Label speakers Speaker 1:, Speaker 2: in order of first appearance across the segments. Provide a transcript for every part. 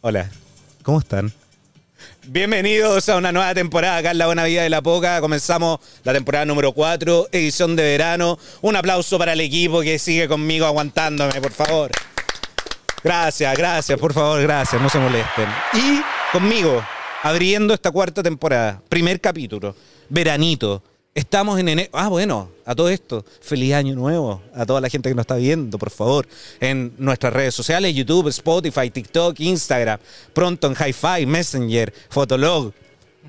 Speaker 1: Hola, ¿cómo están? Bienvenidos a una nueva temporada acá en La Buena Vida de la Poca. Comenzamos la temporada número 4, edición de verano. Un aplauso para el equipo que sigue conmigo aguantándome, por favor. Gracias, gracias, por favor, gracias, no se molesten. Y conmigo, abriendo esta cuarta temporada, primer capítulo, veranito. Estamos en enero. Ah, bueno, a todo esto, feliz año nuevo a toda la gente que nos está viendo, por favor, en nuestras redes sociales, YouTube, Spotify, TikTok, Instagram, pronto en Hi-Fi, Messenger, Fotolog,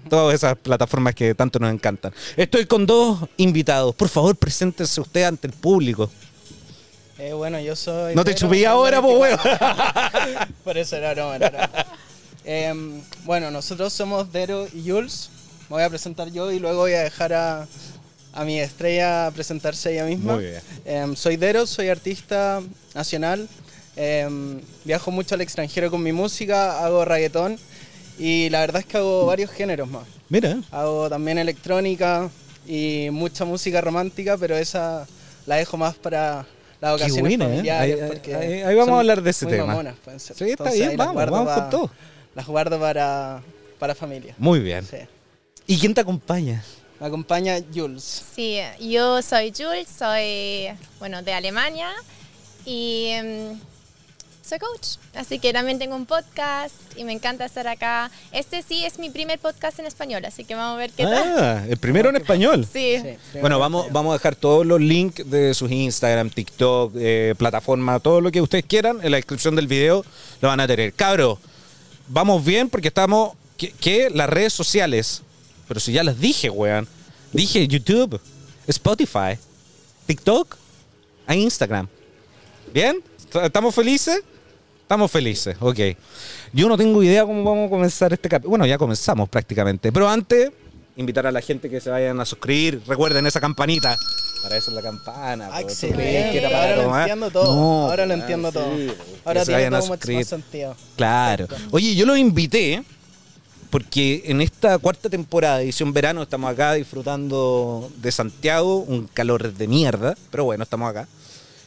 Speaker 1: todas esas plataformas que tanto nos encantan. Estoy con dos invitados, por favor, preséntense usted ante el público.
Speaker 2: Eh, bueno, yo soy.
Speaker 1: No te
Speaker 2: Pedro,
Speaker 1: chupí
Speaker 2: soy
Speaker 1: ahora, pues, weón.
Speaker 2: Por eso era broma, era broma. Em, bueno, nosotros somos Dero y Jules. Me voy a presentar yo y luego voy a dejar a, a mi estrella presentarse ella misma.
Speaker 1: Muy bien.
Speaker 2: Em, soy Dero, soy artista nacional. Em, viajo mucho al extranjero con mi música, hago reggaetón y la verdad es que hago varios géneros más.
Speaker 1: Mira,
Speaker 2: Hago también electrónica y mucha música romántica, pero esa la dejo más para las ocasiones
Speaker 1: buena, ¿eh?
Speaker 2: familiares.
Speaker 1: Ahí- ahí-
Speaker 2: porque
Speaker 1: ahí- ahí vamos a
Speaker 2: son
Speaker 1: hablar de ese
Speaker 2: muy
Speaker 1: tema.
Speaker 2: mamonas, pueden ser.
Speaker 1: Sí, está
Speaker 2: Entonces,
Speaker 1: bien,
Speaker 2: ahí las
Speaker 1: vamos,
Speaker 2: guardo
Speaker 1: vamos con
Speaker 2: pa-
Speaker 1: todo.
Speaker 2: Las guardo para, para familia.
Speaker 1: muy bien.
Speaker 2: Sí.
Speaker 1: ¿Y quién te acompaña?
Speaker 2: Me acompaña Jules.
Speaker 3: Sí, yo soy Jules, soy, bueno, de Alemania y mm, soy coach. Así que también tengo un podcast y me encanta estar acá. Este sí es mi primer podcast en español, así que vamos a ver qué tal.
Speaker 1: Ah, el primero en español.
Speaker 3: Sí.
Speaker 2: Sí, primero
Speaker 1: Bueno, vamos, vamos a dejar todos los links de sus Instagram, TikTok, eh, plataforma, todo lo que ustedes quieran en la descripción del video lo van a tener. Cabro, vamos bien porque estamos que, que las redes sociales, pero si ya las dije, weón. Dije YouTube, Spotify, TikTok, e Instagram. ¿Bien? ¿Estamos felices? Estamos felices, ok. Yo no tengo idea cómo vamos a comenzar este capítulo. Bueno, ya comenzamos prácticamente. Pero antes, invitar a la gente que se vayan a suscribir. Recuerden esa campanita. Para eso es la campana. po. ¿Tú crees que
Speaker 2: Ah, Excelente.
Speaker 1: era para
Speaker 2: Ahora lo
Speaker 1: tomar?
Speaker 2: entiendo todo.
Speaker 1: No,
Speaker 2: ahora lo
Speaker 1: ah,
Speaker 2: entiendo
Speaker 1: sí,
Speaker 2: todo.
Speaker 1: po.
Speaker 2: Ahora
Speaker 1: Que se
Speaker 2: tiene
Speaker 1: vayan a
Speaker 2: todo mucho
Speaker 1: suscribir.
Speaker 2: más sentido.
Speaker 1: Claro. Oye, yo los invité porque en esta cuarta temporada, edición verano, estamos acá disfrutando de Santiago, un calor de mierda, pero bueno, estamos acá,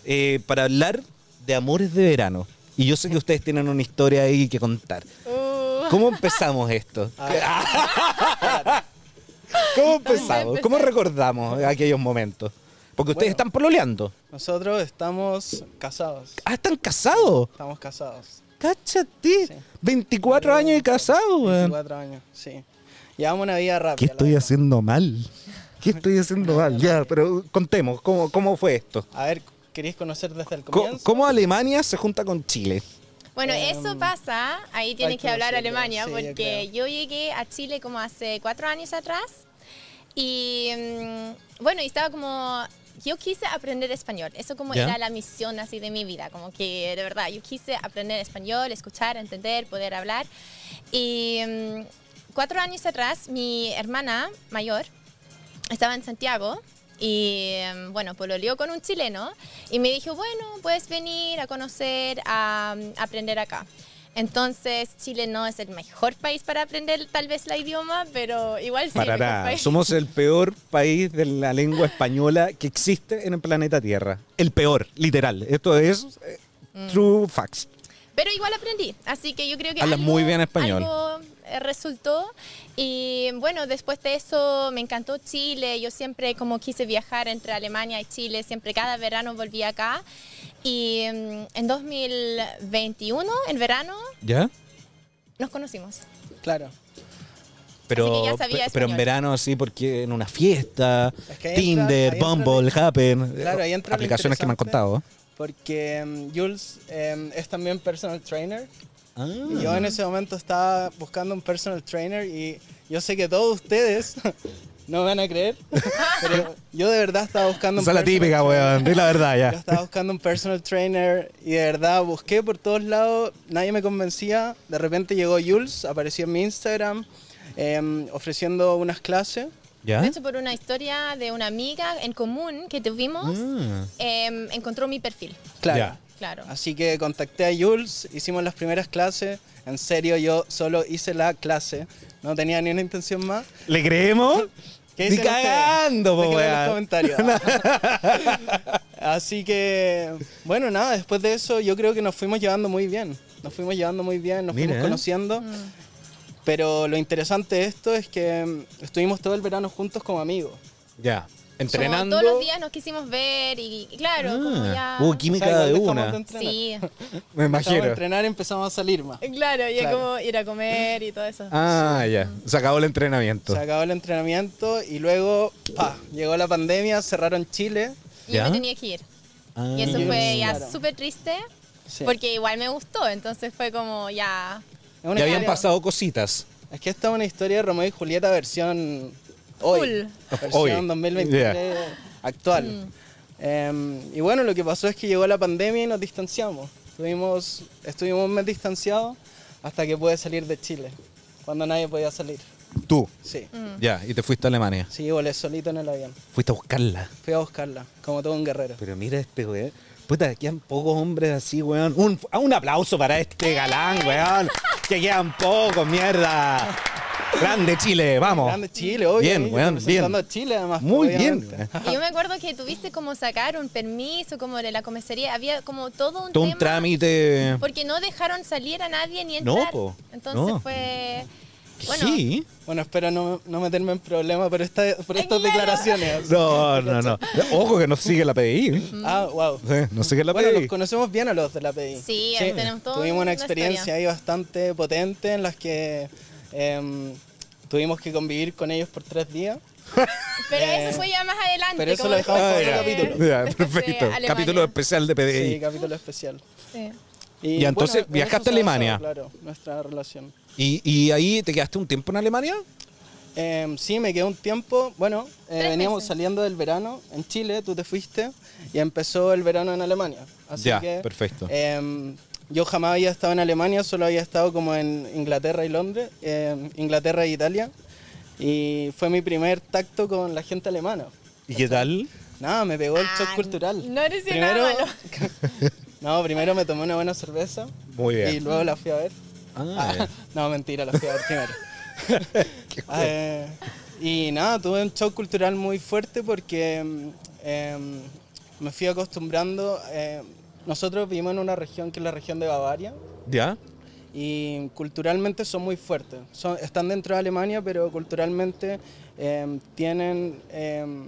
Speaker 1: eh, para hablar de amores de verano. Y yo sé que ustedes tienen una historia ahí que contar.
Speaker 3: Uh,
Speaker 1: ¿Cómo empezamos esto?
Speaker 2: A ver,
Speaker 1: ¿Cómo empezamos? ¿Cómo recordamos aquellos momentos? Porque ustedes
Speaker 2: Bueno.
Speaker 1: están pololeando.
Speaker 2: nosotros estamos casados.
Speaker 1: Ah, están casados.
Speaker 2: Estamos casados.
Speaker 1: Cáchate. 24 años de casados, Pues, weón.
Speaker 2: 24 años, sí. Llevamos una vida rápida.
Speaker 1: ¿Qué
Speaker 2: la
Speaker 1: estoy
Speaker 2: verdad.
Speaker 1: haciendo mal? ¿Qué estoy haciendo mal? Ya, pero contemos, ¿cómo, cómo fue esto?
Speaker 2: A ver, ¿queréis conocer desde el
Speaker 1: Co-
Speaker 2: comienzo?
Speaker 1: ¿Cómo Alemania se junta con Chile?
Speaker 3: bueno,
Speaker 2: Em,
Speaker 3: eso pasa, ahí
Speaker 2: hay
Speaker 3: tienes
Speaker 2: que
Speaker 3: que hablar
Speaker 2: conocerlo,
Speaker 3: Alemania,
Speaker 2: sí, yo
Speaker 3: porque
Speaker 2: creo.
Speaker 3: yo llegué a Chile como hace cuatro años atrás y mm, bueno, y estaba como... Yo quise aprender español, eso como
Speaker 1: Ya.
Speaker 3: era la misión así de mi vida, como que de verdad, yo quise aprender español, escuchar, entender, poder hablar. Y mm, cuatro años atrás, mi hermana mayor estaba en Santiago y mm, bueno, pololeó con un chileno y me dijo, bueno, puedes venir a conocer, a mm, aprender acá. Entonces, Chile no es el mejor país para aprender tal vez la idioma, pero igual sí. el
Speaker 1: Para
Speaker 3: mejor
Speaker 1: nada.
Speaker 3: país.
Speaker 1: Somos el peor país de la lengua española que existe en el planeta Tierra. El peor, literal. Esto es eh,
Speaker 2: Mm.
Speaker 1: true facts.
Speaker 3: Pero igual aprendí, así que yo creo que
Speaker 1: Habla
Speaker 3: algo-
Speaker 1: muy bien español.
Speaker 3: algo, eh, resultó y bueno, después de eso me encantó Chile, yo siempre como quise viajar entre Alemania y Chile, siempre cada verano volvía acá y mm, en 2021, en verano,
Speaker 1: ¿Ya?
Speaker 3: nos conocimos.
Speaker 2: Claro.
Speaker 1: Pero,
Speaker 3: Así que ya sabía
Speaker 1: pe- pero en
Speaker 3: español.
Speaker 1: verano sí, porque en una fiesta,
Speaker 2: Es que ahí entra-
Speaker 1: Tinder,
Speaker 2: ahí entra
Speaker 1: Bumble, Happen,
Speaker 2: Claro, ahí entra lo
Speaker 1: aplicaciones que me han contado.
Speaker 2: interesante. Porque em, Jules em, es también personal trainer. Y yo
Speaker 1: Ah.
Speaker 2: en ese momento estaba buscando un personal trainer y yo sé que todos ustedes no me van a creer, pero yo de verdad estaba buscando un
Speaker 1: Esa es la
Speaker 2: personal
Speaker 1: típica,
Speaker 2: trainer.
Speaker 1: weón. Di la verdad
Speaker 2: Yo
Speaker 1: ya.
Speaker 2: estaba buscando un personal trainer y de verdad busqué por todos lados, nadie me convencía. De repente llegó Jules, apareció en mi Instagram em, ofreciendo unas clases.
Speaker 1: ¿Ya?
Speaker 3: De hecho, por una historia de una amiga en común que tuvimos,
Speaker 1: Ah.
Speaker 3: em, encontró mi perfil,
Speaker 2: Claro.
Speaker 1: Ya.
Speaker 3: claro.
Speaker 2: Así que contacté a Jules, hicimos las primeras clases. En serio, yo solo hice la clase, no tenía ni una intención más.
Speaker 1: ¿Le creemos?
Speaker 2: ¿Qué
Speaker 1: Ni
Speaker 2: dicen
Speaker 1: cagando, po,
Speaker 2: ustedes? Déjenlo en los
Speaker 1: weón.
Speaker 2: comentarios. Así que, bueno, nada, después de eso yo creo que nos fuimos llevando muy bien. Nos fuimos llevando muy bien, nos
Speaker 1: Mira,
Speaker 2: fuimos
Speaker 1: ¿eh?
Speaker 2: conociendo. Pero lo interesante de esto es que mm, estuvimos todo el verano juntos como amigos.
Speaker 1: Ya. Entrenando.
Speaker 3: Como todos los días nos quisimos ver y, y claro, como
Speaker 1: Ah,
Speaker 3: ya...
Speaker 1: Hubo
Speaker 2: O
Speaker 1: química
Speaker 2: sea, igual
Speaker 1: de
Speaker 2: dejamos
Speaker 1: una.
Speaker 2: de entrenar.
Speaker 3: sí,
Speaker 1: Me
Speaker 2: Empezamos a
Speaker 1: imagino.
Speaker 2: entrenar y empezamos a salir más.
Speaker 3: claro, y es
Speaker 2: Claro.
Speaker 3: como ir a comer y todo eso.
Speaker 1: Ah, ya. Se acabó el entrenamiento.
Speaker 2: Se acabó el entrenamiento y luego, pa, llegó la pandemia, cerraron Chile.
Speaker 3: Y yo
Speaker 1: ¿Ya?
Speaker 3: me tenía que ir.
Speaker 1: Ah.
Speaker 3: Y eso
Speaker 2: Mm.
Speaker 3: fue ya
Speaker 2: Claro.
Speaker 3: súper triste,
Speaker 2: Sí.
Speaker 3: porque igual me gustó, entonces fue como ya...
Speaker 2: Es una
Speaker 1: Ya habían
Speaker 2: historia-
Speaker 1: pasado cositas.
Speaker 2: Es que esta es una historia de Romeo y Julieta versión hoy.
Speaker 1: Full.
Speaker 2: Versión
Speaker 1: Hoy.
Speaker 2: 2023 actual. Em, y bueno, lo que pasó es que llegó la pandemia y nos distanciamos. Estuvimos, estuvimos un mes distanciados hasta que pude salir de Chile, cuando nadie podía salir.
Speaker 1: Tú.
Speaker 2: Sí,
Speaker 3: Mm.
Speaker 1: Ya, y te fuiste a Alemania.
Speaker 2: sí, volé solito en el avión.
Speaker 1: Fuiste a buscarla.
Speaker 2: Fui a buscarla, como todo un guerrero.
Speaker 1: Pero mira este weón. Puta, quedan pocos hombres así, weón. Un, ah, un aplauso para
Speaker 3: ¡Eh!
Speaker 1: este galán, weón. Que quedan pocos, mierda. Grande Chile, vamos.
Speaker 2: Grande Chile, obvio.
Speaker 1: Oh. Bien,
Speaker 2: ahí,
Speaker 1: weón,
Speaker 2: representando
Speaker 1: bien.
Speaker 2: a Chile, además.
Speaker 1: Muy
Speaker 2: obviamente.
Speaker 1: bien.
Speaker 3: Y yo me acuerdo que tuviste como sacar un permiso, como de la comisaría, había como todo un
Speaker 1: Todo
Speaker 3: tema.
Speaker 1: un trámite.
Speaker 3: Porque no dejaron salir a nadie ni
Speaker 1: No,
Speaker 3: entrar.
Speaker 1: po,
Speaker 3: Entonces
Speaker 1: no.
Speaker 3: fue... Bueno,
Speaker 1: Sí.
Speaker 2: Bueno, espero no, no meterme en problemas por, esta, por
Speaker 3: Ay,
Speaker 2: estas
Speaker 3: claro.
Speaker 2: declaraciones.
Speaker 1: No, no, no. Ojo que nos sigue la PDI.
Speaker 3: Mm.
Speaker 2: Ah, wow.
Speaker 1: ¿eh? Sí, Nos sigue la
Speaker 2: Bueno, los
Speaker 1: PDI.
Speaker 2: conocemos bien a los de la PDI.
Speaker 3: Sí, ahí tenemos todo
Speaker 2: Tuvimos una
Speaker 3: una
Speaker 2: experiencia
Speaker 3: historia.
Speaker 2: ahí bastante potente en las que em, tuvimos que convivir con ellos por tres días.
Speaker 3: pero
Speaker 2: Eh,
Speaker 3: eso fue ya más adelante.
Speaker 2: pero eso
Speaker 3: como
Speaker 2: lo dejamos
Speaker 1: Ah,
Speaker 2: para
Speaker 1: ya.
Speaker 2: otro
Speaker 3: después de-
Speaker 2: capítulo.
Speaker 1: Ya,
Speaker 3: después de
Speaker 1: perfecto.
Speaker 3: Alemania.
Speaker 1: Capítulo especial de
Speaker 2: Sí,
Speaker 1: PDI.
Speaker 2: capítulo especial.
Speaker 3: Sí.
Speaker 1: Y entonces
Speaker 2: en
Speaker 1: viajaste a
Speaker 2: eso se basó,
Speaker 1: Alemania.
Speaker 2: Claro, nuestra relación.
Speaker 1: ¿Y, y ahí te quedaste un tiempo en Alemania?
Speaker 2: Em, sí, me quedé un tiempo. Bueno, eh,
Speaker 3: Tres
Speaker 2: veníamos
Speaker 3: meses.
Speaker 2: saliendo del verano en Chile, tú te fuiste y empezó el verano en Alemania. Así
Speaker 1: Ya,
Speaker 2: que,
Speaker 1: perfecto.
Speaker 2: em, yo jamás había estado en Alemania, solo había estado como en Inglaterra y Londres, em, Inglaterra e Italia. Y fue mi primer tacto con la gente alemana.
Speaker 1: ¿Y qué tal?
Speaker 2: Nada, me pegó el shock
Speaker 3: Ah,
Speaker 2: cultural.
Speaker 3: no eres nada malo.
Speaker 2: no, primero me tomé una buena cerveza.
Speaker 1: Muy bien.
Speaker 2: Y luego la fui a ver.
Speaker 1: Ah, ya.
Speaker 2: No, mentira, la fui a ver primero. Eh, y nada, tuve un shock cultural muy fuerte porque mm, em, me fui acostumbrando. eh, nosotros vivimos en una región que es la región de Bavaria
Speaker 1: ¿Ya?
Speaker 2: y culturalmente son muy fuertes. Son, están dentro de Alemania, pero culturalmente em, tienen, em,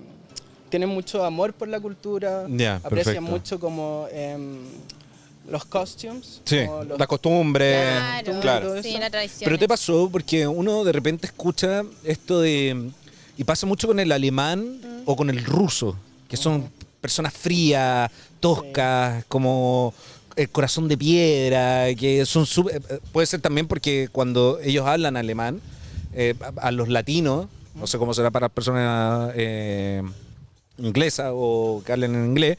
Speaker 2: tienen mucho amor por la cultura,
Speaker 1: Ya,
Speaker 2: aprecian
Speaker 1: perfecto.
Speaker 2: mucho como em, los costumes.
Speaker 1: Sí,
Speaker 2: como los-
Speaker 1: la costumbre.
Speaker 3: Claro,
Speaker 1: Eh, claro.
Speaker 3: sí, la tradición.
Speaker 1: Pero te pasó porque uno de repente escucha esto de... Y pasa mucho con el alemán o con el ruso, que son personas frías, toscas, como el corazón de piedra, que son... sub- eh, eh, puede ser también porque cuando ellos hablan alemán, eh, a, a los latinos, no sé cómo será para personas eh, inglesas o que hablen en inglés,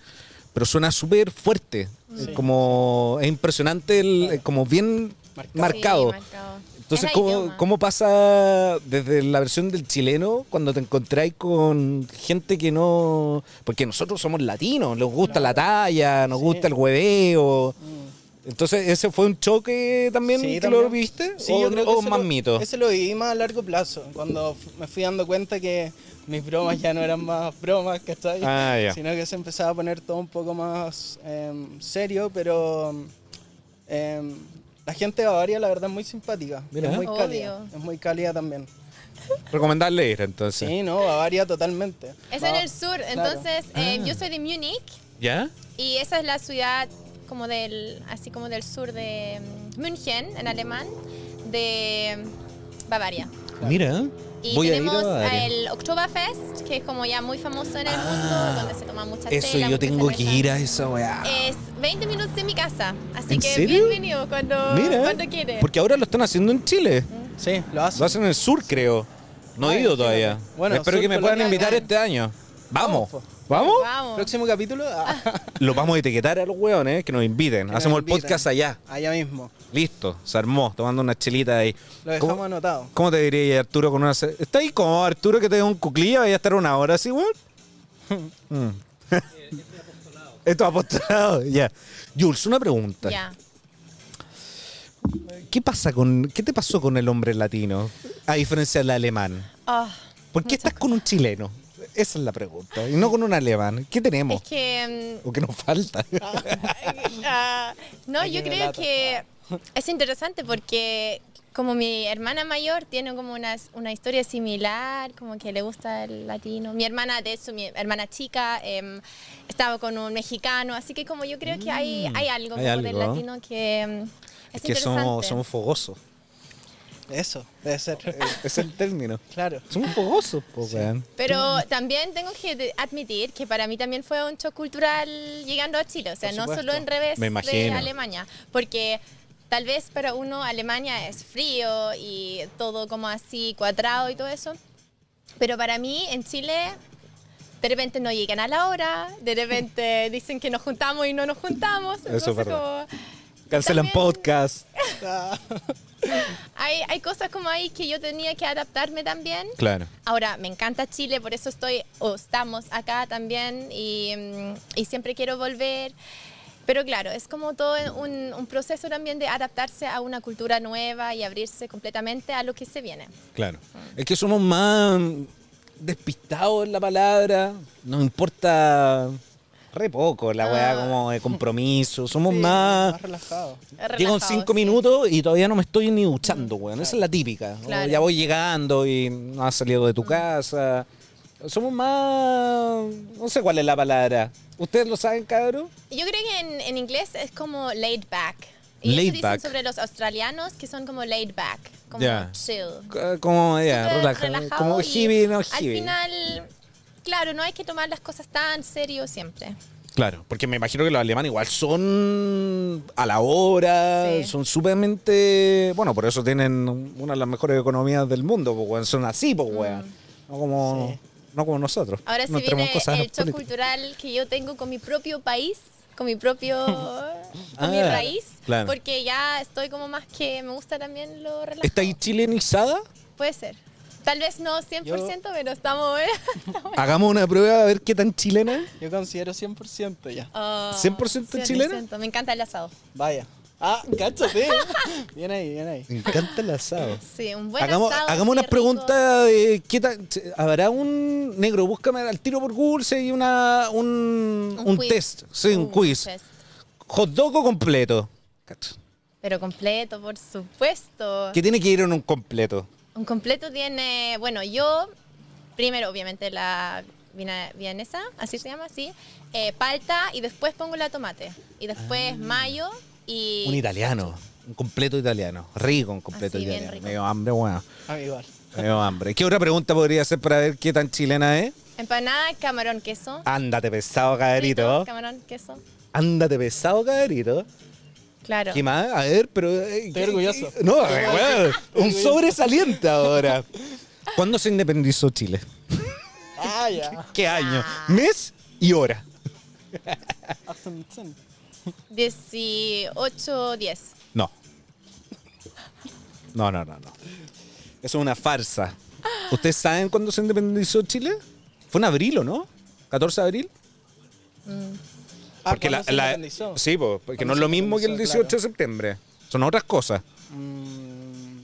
Speaker 1: pero suena súper fuerte. eh,
Speaker 2: Sí.
Speaker 1: Como es impresionante, el- eh, como bien
Speaker 2: Marcado.
Speaker 1: marcado.
Speaker 3: Sí, marcado.
Speaker 1: Entonces,
Speaker 3: Es la
Speaker 1: ¿cómo,
Speaker 3: idioma.
Speaker 1: cómo pasa desde la versión del chileno cuando te encontráis con gente que no... Porque nosotros somos latinos, nos gusta la talla, nos
Speaker 2: Sí.
Speaker 1: gusta el hueveo.
Speaker 2: Mm.
Speaker 1: Entonces, ¿ese fue un choque también
Speaker 2: Sí,
Speaker 1: que
Speaker 2: también.
Speaker 1: lo viste?
Speaker 2: Sí,
Speaker 1: ¿O,
Speaker 2: yo creo que
Speaker 1: o
Speaker 2: ese
Speaker 1: más
Speaker 2: lo-
Speaker 1: mito?
Speaker 2: Ese lo viví más a largo plazo, cuando f- me fui dando cuenta que mis bromas ya no eran más bromas, ¿cachai?
Speaker 1: Ah, ya.
Speaker 2: Sino que se empezaba a poner todo un poco más em, serio, pero em, la gente de Bavaria la verdad es muy simpática,
Speaker 1: Mira.
Speaker 2: es muy
Speaker 3: Obvio.
Speaker 2: cálida, es muy cálida también.
Speaker 1: Recomendarle ir, entonces.
Speaker 2: Sí, no, Bavaria totalmente.
Speaker 3: Es
Speaker 2: Va-
Speaker 3: en el sur, entonces eh,
Speaker 1: Ah.
Speaker 3: yo soy de Múnich
Speaker 1: ¿Ya?
Speaker 3: y esa es la ciudad como del, así como del sur de mm, München, en alemán, de mm, Bavaria.
Speaker 1: Mira,
Speaker 3: Y
Speaker 1: voy a ir a
Speaker 3: tenemos
Speaker 1: Bavaria.
Speaker 3: el Oktoberfest, que es como ya muy famoso en el
Speaker 1: Ah,
Speaker 3: mundo, donde se toma mucha
Speaker 1: Eso
Speaker 3: tela,
Speaker 1: yo
Speaker 3: mucha
Speaker 1: tengo que
Speaker 3: cerveza.
Speaker 1: ir a esa weá.
Speaker 2: Eh,
Speaker 3: Es 20 minutos de mi casa, así
Speaker 1: ¿En
Speaker 3: que
Speaker 1: serio?
Speaker 3: bienvenido cuando,
Speaker 1: Mira,
Speaker 3: cuando quieres.
Speaker 1: porque ahora lo están haciendo en Chile.
Speaker 2: Sí, lo hace.
Speaker 1: Lo hacen en el sur, creo. No
Speaker 2: Ah,
Speaker 1: he ido
Speaker 2: imagínate.
Speaker 1: todavía.
Speaker 2: Bueno,
Speaker 1: Espero
Speaker 2: sur
Speaker 1: que me puedan
Speaker 2: colonia,
Speaker 1: invitar
Speaker 2: claro.
Speaker 1: este año. Vamos.
Speaker 2: Vamos,
Speaker 1: ¿Vamos?
Speaker 3: Vamos.
Speaker 2: Próximo capítulo, ah,
Speaker 1: Los vamos a etiquetar a los hueones, que nos inviten.
Speaker 2: que nos
Speaker 1: Hacemos
Speaker 2: invitan.
Speaker 1: el podcast allá.
Speaker 2: Allá mismo.
Speaker 1: Listo, se armó, tomando una chelita ahí.
Speaker 2: Lo dejamos
Speaker 1: ¿Cómo,
Speaker 2: anotado.
Speaker 1: cómo te diría Arturo con una... ce- ¿Está ahí como Arturo que te dé un cuclillo? ¿Vaya a estar una hora así, weón? Mm. Esto es apostolado, ya. Jules, una pregunta.
Speaker 3: Ya.
Speaker 1: ¿Qué pasa con... ¿Qué te pasó con el hombre latino? A diferencia del alemán.
Speaker 3: Ah.
Speaker 1: ¿Por qué estás con un chileno? Esa es la pregunta. Y no con un alemán. ¿Qué tenemos?
Speaker 3: Es que. mm,
Speaker 1: ¿O qué nos falta?
Speaker 3: ah, no,
Speaker 2: Ay,
Speaker 3: yo
Speaker 2: qué
Speaker 3: creo
Speaker 2: lata.
Speaker 3: que Es interesante porque como mi hermana mayor tiene como una, una historia similar, como que le gusta el latino. Mi hermana, de hecho, mi hermana chica em, estaba con un mexicano, así que como yo creo que hay, hay algo
Speaker 1: Mm, hay
Speaker 3: como del
Speaker 1: algo.
Speaker 3: latino que em,
Speaker 1: Es
Speaker 3: es,
Speaker 1: que
Speaker 3: interesante. Eh,
Speaker 1: somos, somos fogosos.
Speaker 2: Eso, debe ser.
Speaker 1: Es el término.
Speaker 2: Claro.
Speaker 1: Somos fogosos, po, weón. Mm.
Speaker 3: Pero también tengo que de- admitir que para mí también fue un shock cultural llegando a Chile, o sea,
Speaker 2: Por
Speaker 3: no
Speaker 2: supuesto.
Speaker 3: solo en revés
Speaker 1: Me
Speaker 3: de
Speaker 1: imagino.
Speaker 3: Alemania, porque tal vez para uno Alemania es frío y todo como así cuadrado y todo eso, pero para mí en Chile de repente no llegan a la hora, de repente dicen que nos juntamos y no nos juntamos,
Speaker 1: Eso es
Speaker 3: entonces
Speaker 1: verdad.
Speaker 3: como
Speaker 1: Cancelan
Speaker 3: También-
Speaker 1: podcast.
Speaker 2: Ah,
Speaker 3: hay, hay cosas como ahí que yo tenía que adaptarme también.
Speaker 1: Claro.
Speaker 3: Ahora, me encanta Chile, por eso estoy o estamos acá también y, mm, y siempre quiero volver. Pero claro, es como todo un, un proceso también de adaptarse a una cultura nueva y abrirse completamente a lo que se viene.
Speaker 1: Claro.
Speaker 3: Ah.
Speaker 1: Es que somos más despistados en la palabra. Nos importa re poco la
Speaker 3: Ah.
Speaker 1: weá como de compromiso. Somos más.
Speaker 2: más relajado.
Speaker 1: Llego en
Speaker 3: Relajados,
Speaker 1: cinco
Speaker 3: sí.
Speaker 1: minutos y todavía no me estoy ni duchando, weón. Esa es la típica. O
Speaker 3: Claro. Mm.
Speaker 1: ya voy llegando y no has salido de tu casa. Somos más. No sé cuál es la palabra. ¿Ustedes lo saben, cabrón?
Speaker 3: Yo creo que en, en inglés es como laid back. Y
Speaker 1: Laid
Speaker 3: eso dicen
Speaker 1: back.
Speaker 3: sobre los australianos que son como laid back, como
Speaker 1: Ya.
Speaker 3: chill.
Speaker 1: C- Como, ya,
Speaker 3: súper
Speaker 1: relaja-
Speaker 3: relajado
Speaker 1: Como
Speaker 3: y
Speaker 1: hippie, no
Speaker 3: Al
Speaker 1: hippie.
Speaker 3: final, claro, no hay que tomar las cosas tan serio siempre.
Speaker 1: Claro, porque me imagino que los alemanes igual son a la hora,
Speaker 3: Sí.
Speaker 1: son sumamente... Bueno, por eso tienen una de las mejores economías del mundo, po, weón. son así, po, weón. No, como, no como nosotros.
Speaker 3: Mm. Ahora sí
Speaker 1: no tenemos
Speaker 3: viene
Speaker 1: cosas
Speaker 3: el shock
Speaker 1: políticas.
Speaker 3: cultural que yo tengo con mi propio país, con mi propio con mi
Speaker 1: Ah,
Speaker 3: raíz,
Speaker 1: claro.
Speaker 3: porque ya estoy como más que me gusta también lo relajado.
Speaker 1: ¿Está ahí chilenizada?
Speaker 3: Puede ser. Tal vez no 100%,
Speaker 2: Yo-
Speaker 3: pero estamos ¿eh?
Speaker 1: Hagamos una prueba a ver qué tan chilena. es.
Speaker 2: Yo considero 100% ya.
Speaker 3: Ah,
Speaker 1: 100% chilena.
Speaker 3: 100%. Me encanta el asado.
Speaker 2: Vaya. Ah, cáchate. Viene ahí, viene ahí.
Speaker 1: Me encanta el asado.
Speaker 3: Sí, un buen
Speaker 1: Hagamos,
Speaker 3: asado.
Speaker 1: hagamos
Speaker 3: así
Speaker 1: unas
Speaker 3: rico.
Speaker 1: preguntas de qué tan- ¿Habrá un negro? Búscame al tiro por Google si hay una, un, un
Speaker 3: quiz.
Speaker 1: test. Sí, un quiz.
Speaker 3: test.
Speaker 1: Hot dog o completo.
Speaker 3: Pero completo, por supuesto.
Speaker 1: ¿Qué tiene que ir en un completo?
Speaker 3: Un completo tiene, bueno, yo, primero obviamente la viena- vienesa, así se llama, sí, eh, palta y después pongo la tomate. Y
Speaker 1: Ah.
Speaker 3: después mayo y...
Speaker 1: Un italiano. Un completo italiano. Rico, un completo
Speaker 3: Así, bien
Speaker 1: italiano.
Speaker 3: rico.
Speaker 1: Me dio hambre, bueno.
Speaker 2: A mí Ah, igual.
Speaker 1: Me dio hambre. ¿Qué otra pregunta podría hacer para ver qué tan chilena es?
Speaker 3: Empanada, camarón, queso.
Speaker 1: Ándate pesado,
Speaker 3: Frito,
Speaker 1: caderito.
Speaker 3: Camarón, queso.
Speaker 1: Ándate pesado, caderito.
Speaker 3: Claro.
Speaker 1: ¿Qué más? A ver, pero. eh,
Speaker 2: Estoy
Speaker 1: ¿qué-
Speaker 2: orgulloso.
Speaker 1: qué- No, eh, weón, un sobresaliente ahora. ¿Cuándo se independizó Chile?
Speaker 2: Ah, ya.
Speaker 1: ¿Qué año? ¿Mes y hora?
Speaker 3: 18, 10.
Speaker 1: No. No, no, no, no. Eso es una farsa. ¿Ustedes saben cuándo se independizó Chile? Fue en abril, ¿o no? ¿14 de abril?
Speaker 2: Ah, porque la, se independizó?
Speaker 1: sí, po, porque no
Speaker 2: ¿Cuándo
Speaker 1: es
Speaker 2: se
Speaker 1: lo mismo que el
Speaker 2: independizó?
Speaker 1: 18 de septiembre. Son otras cosas.
Speaker 2: Mm,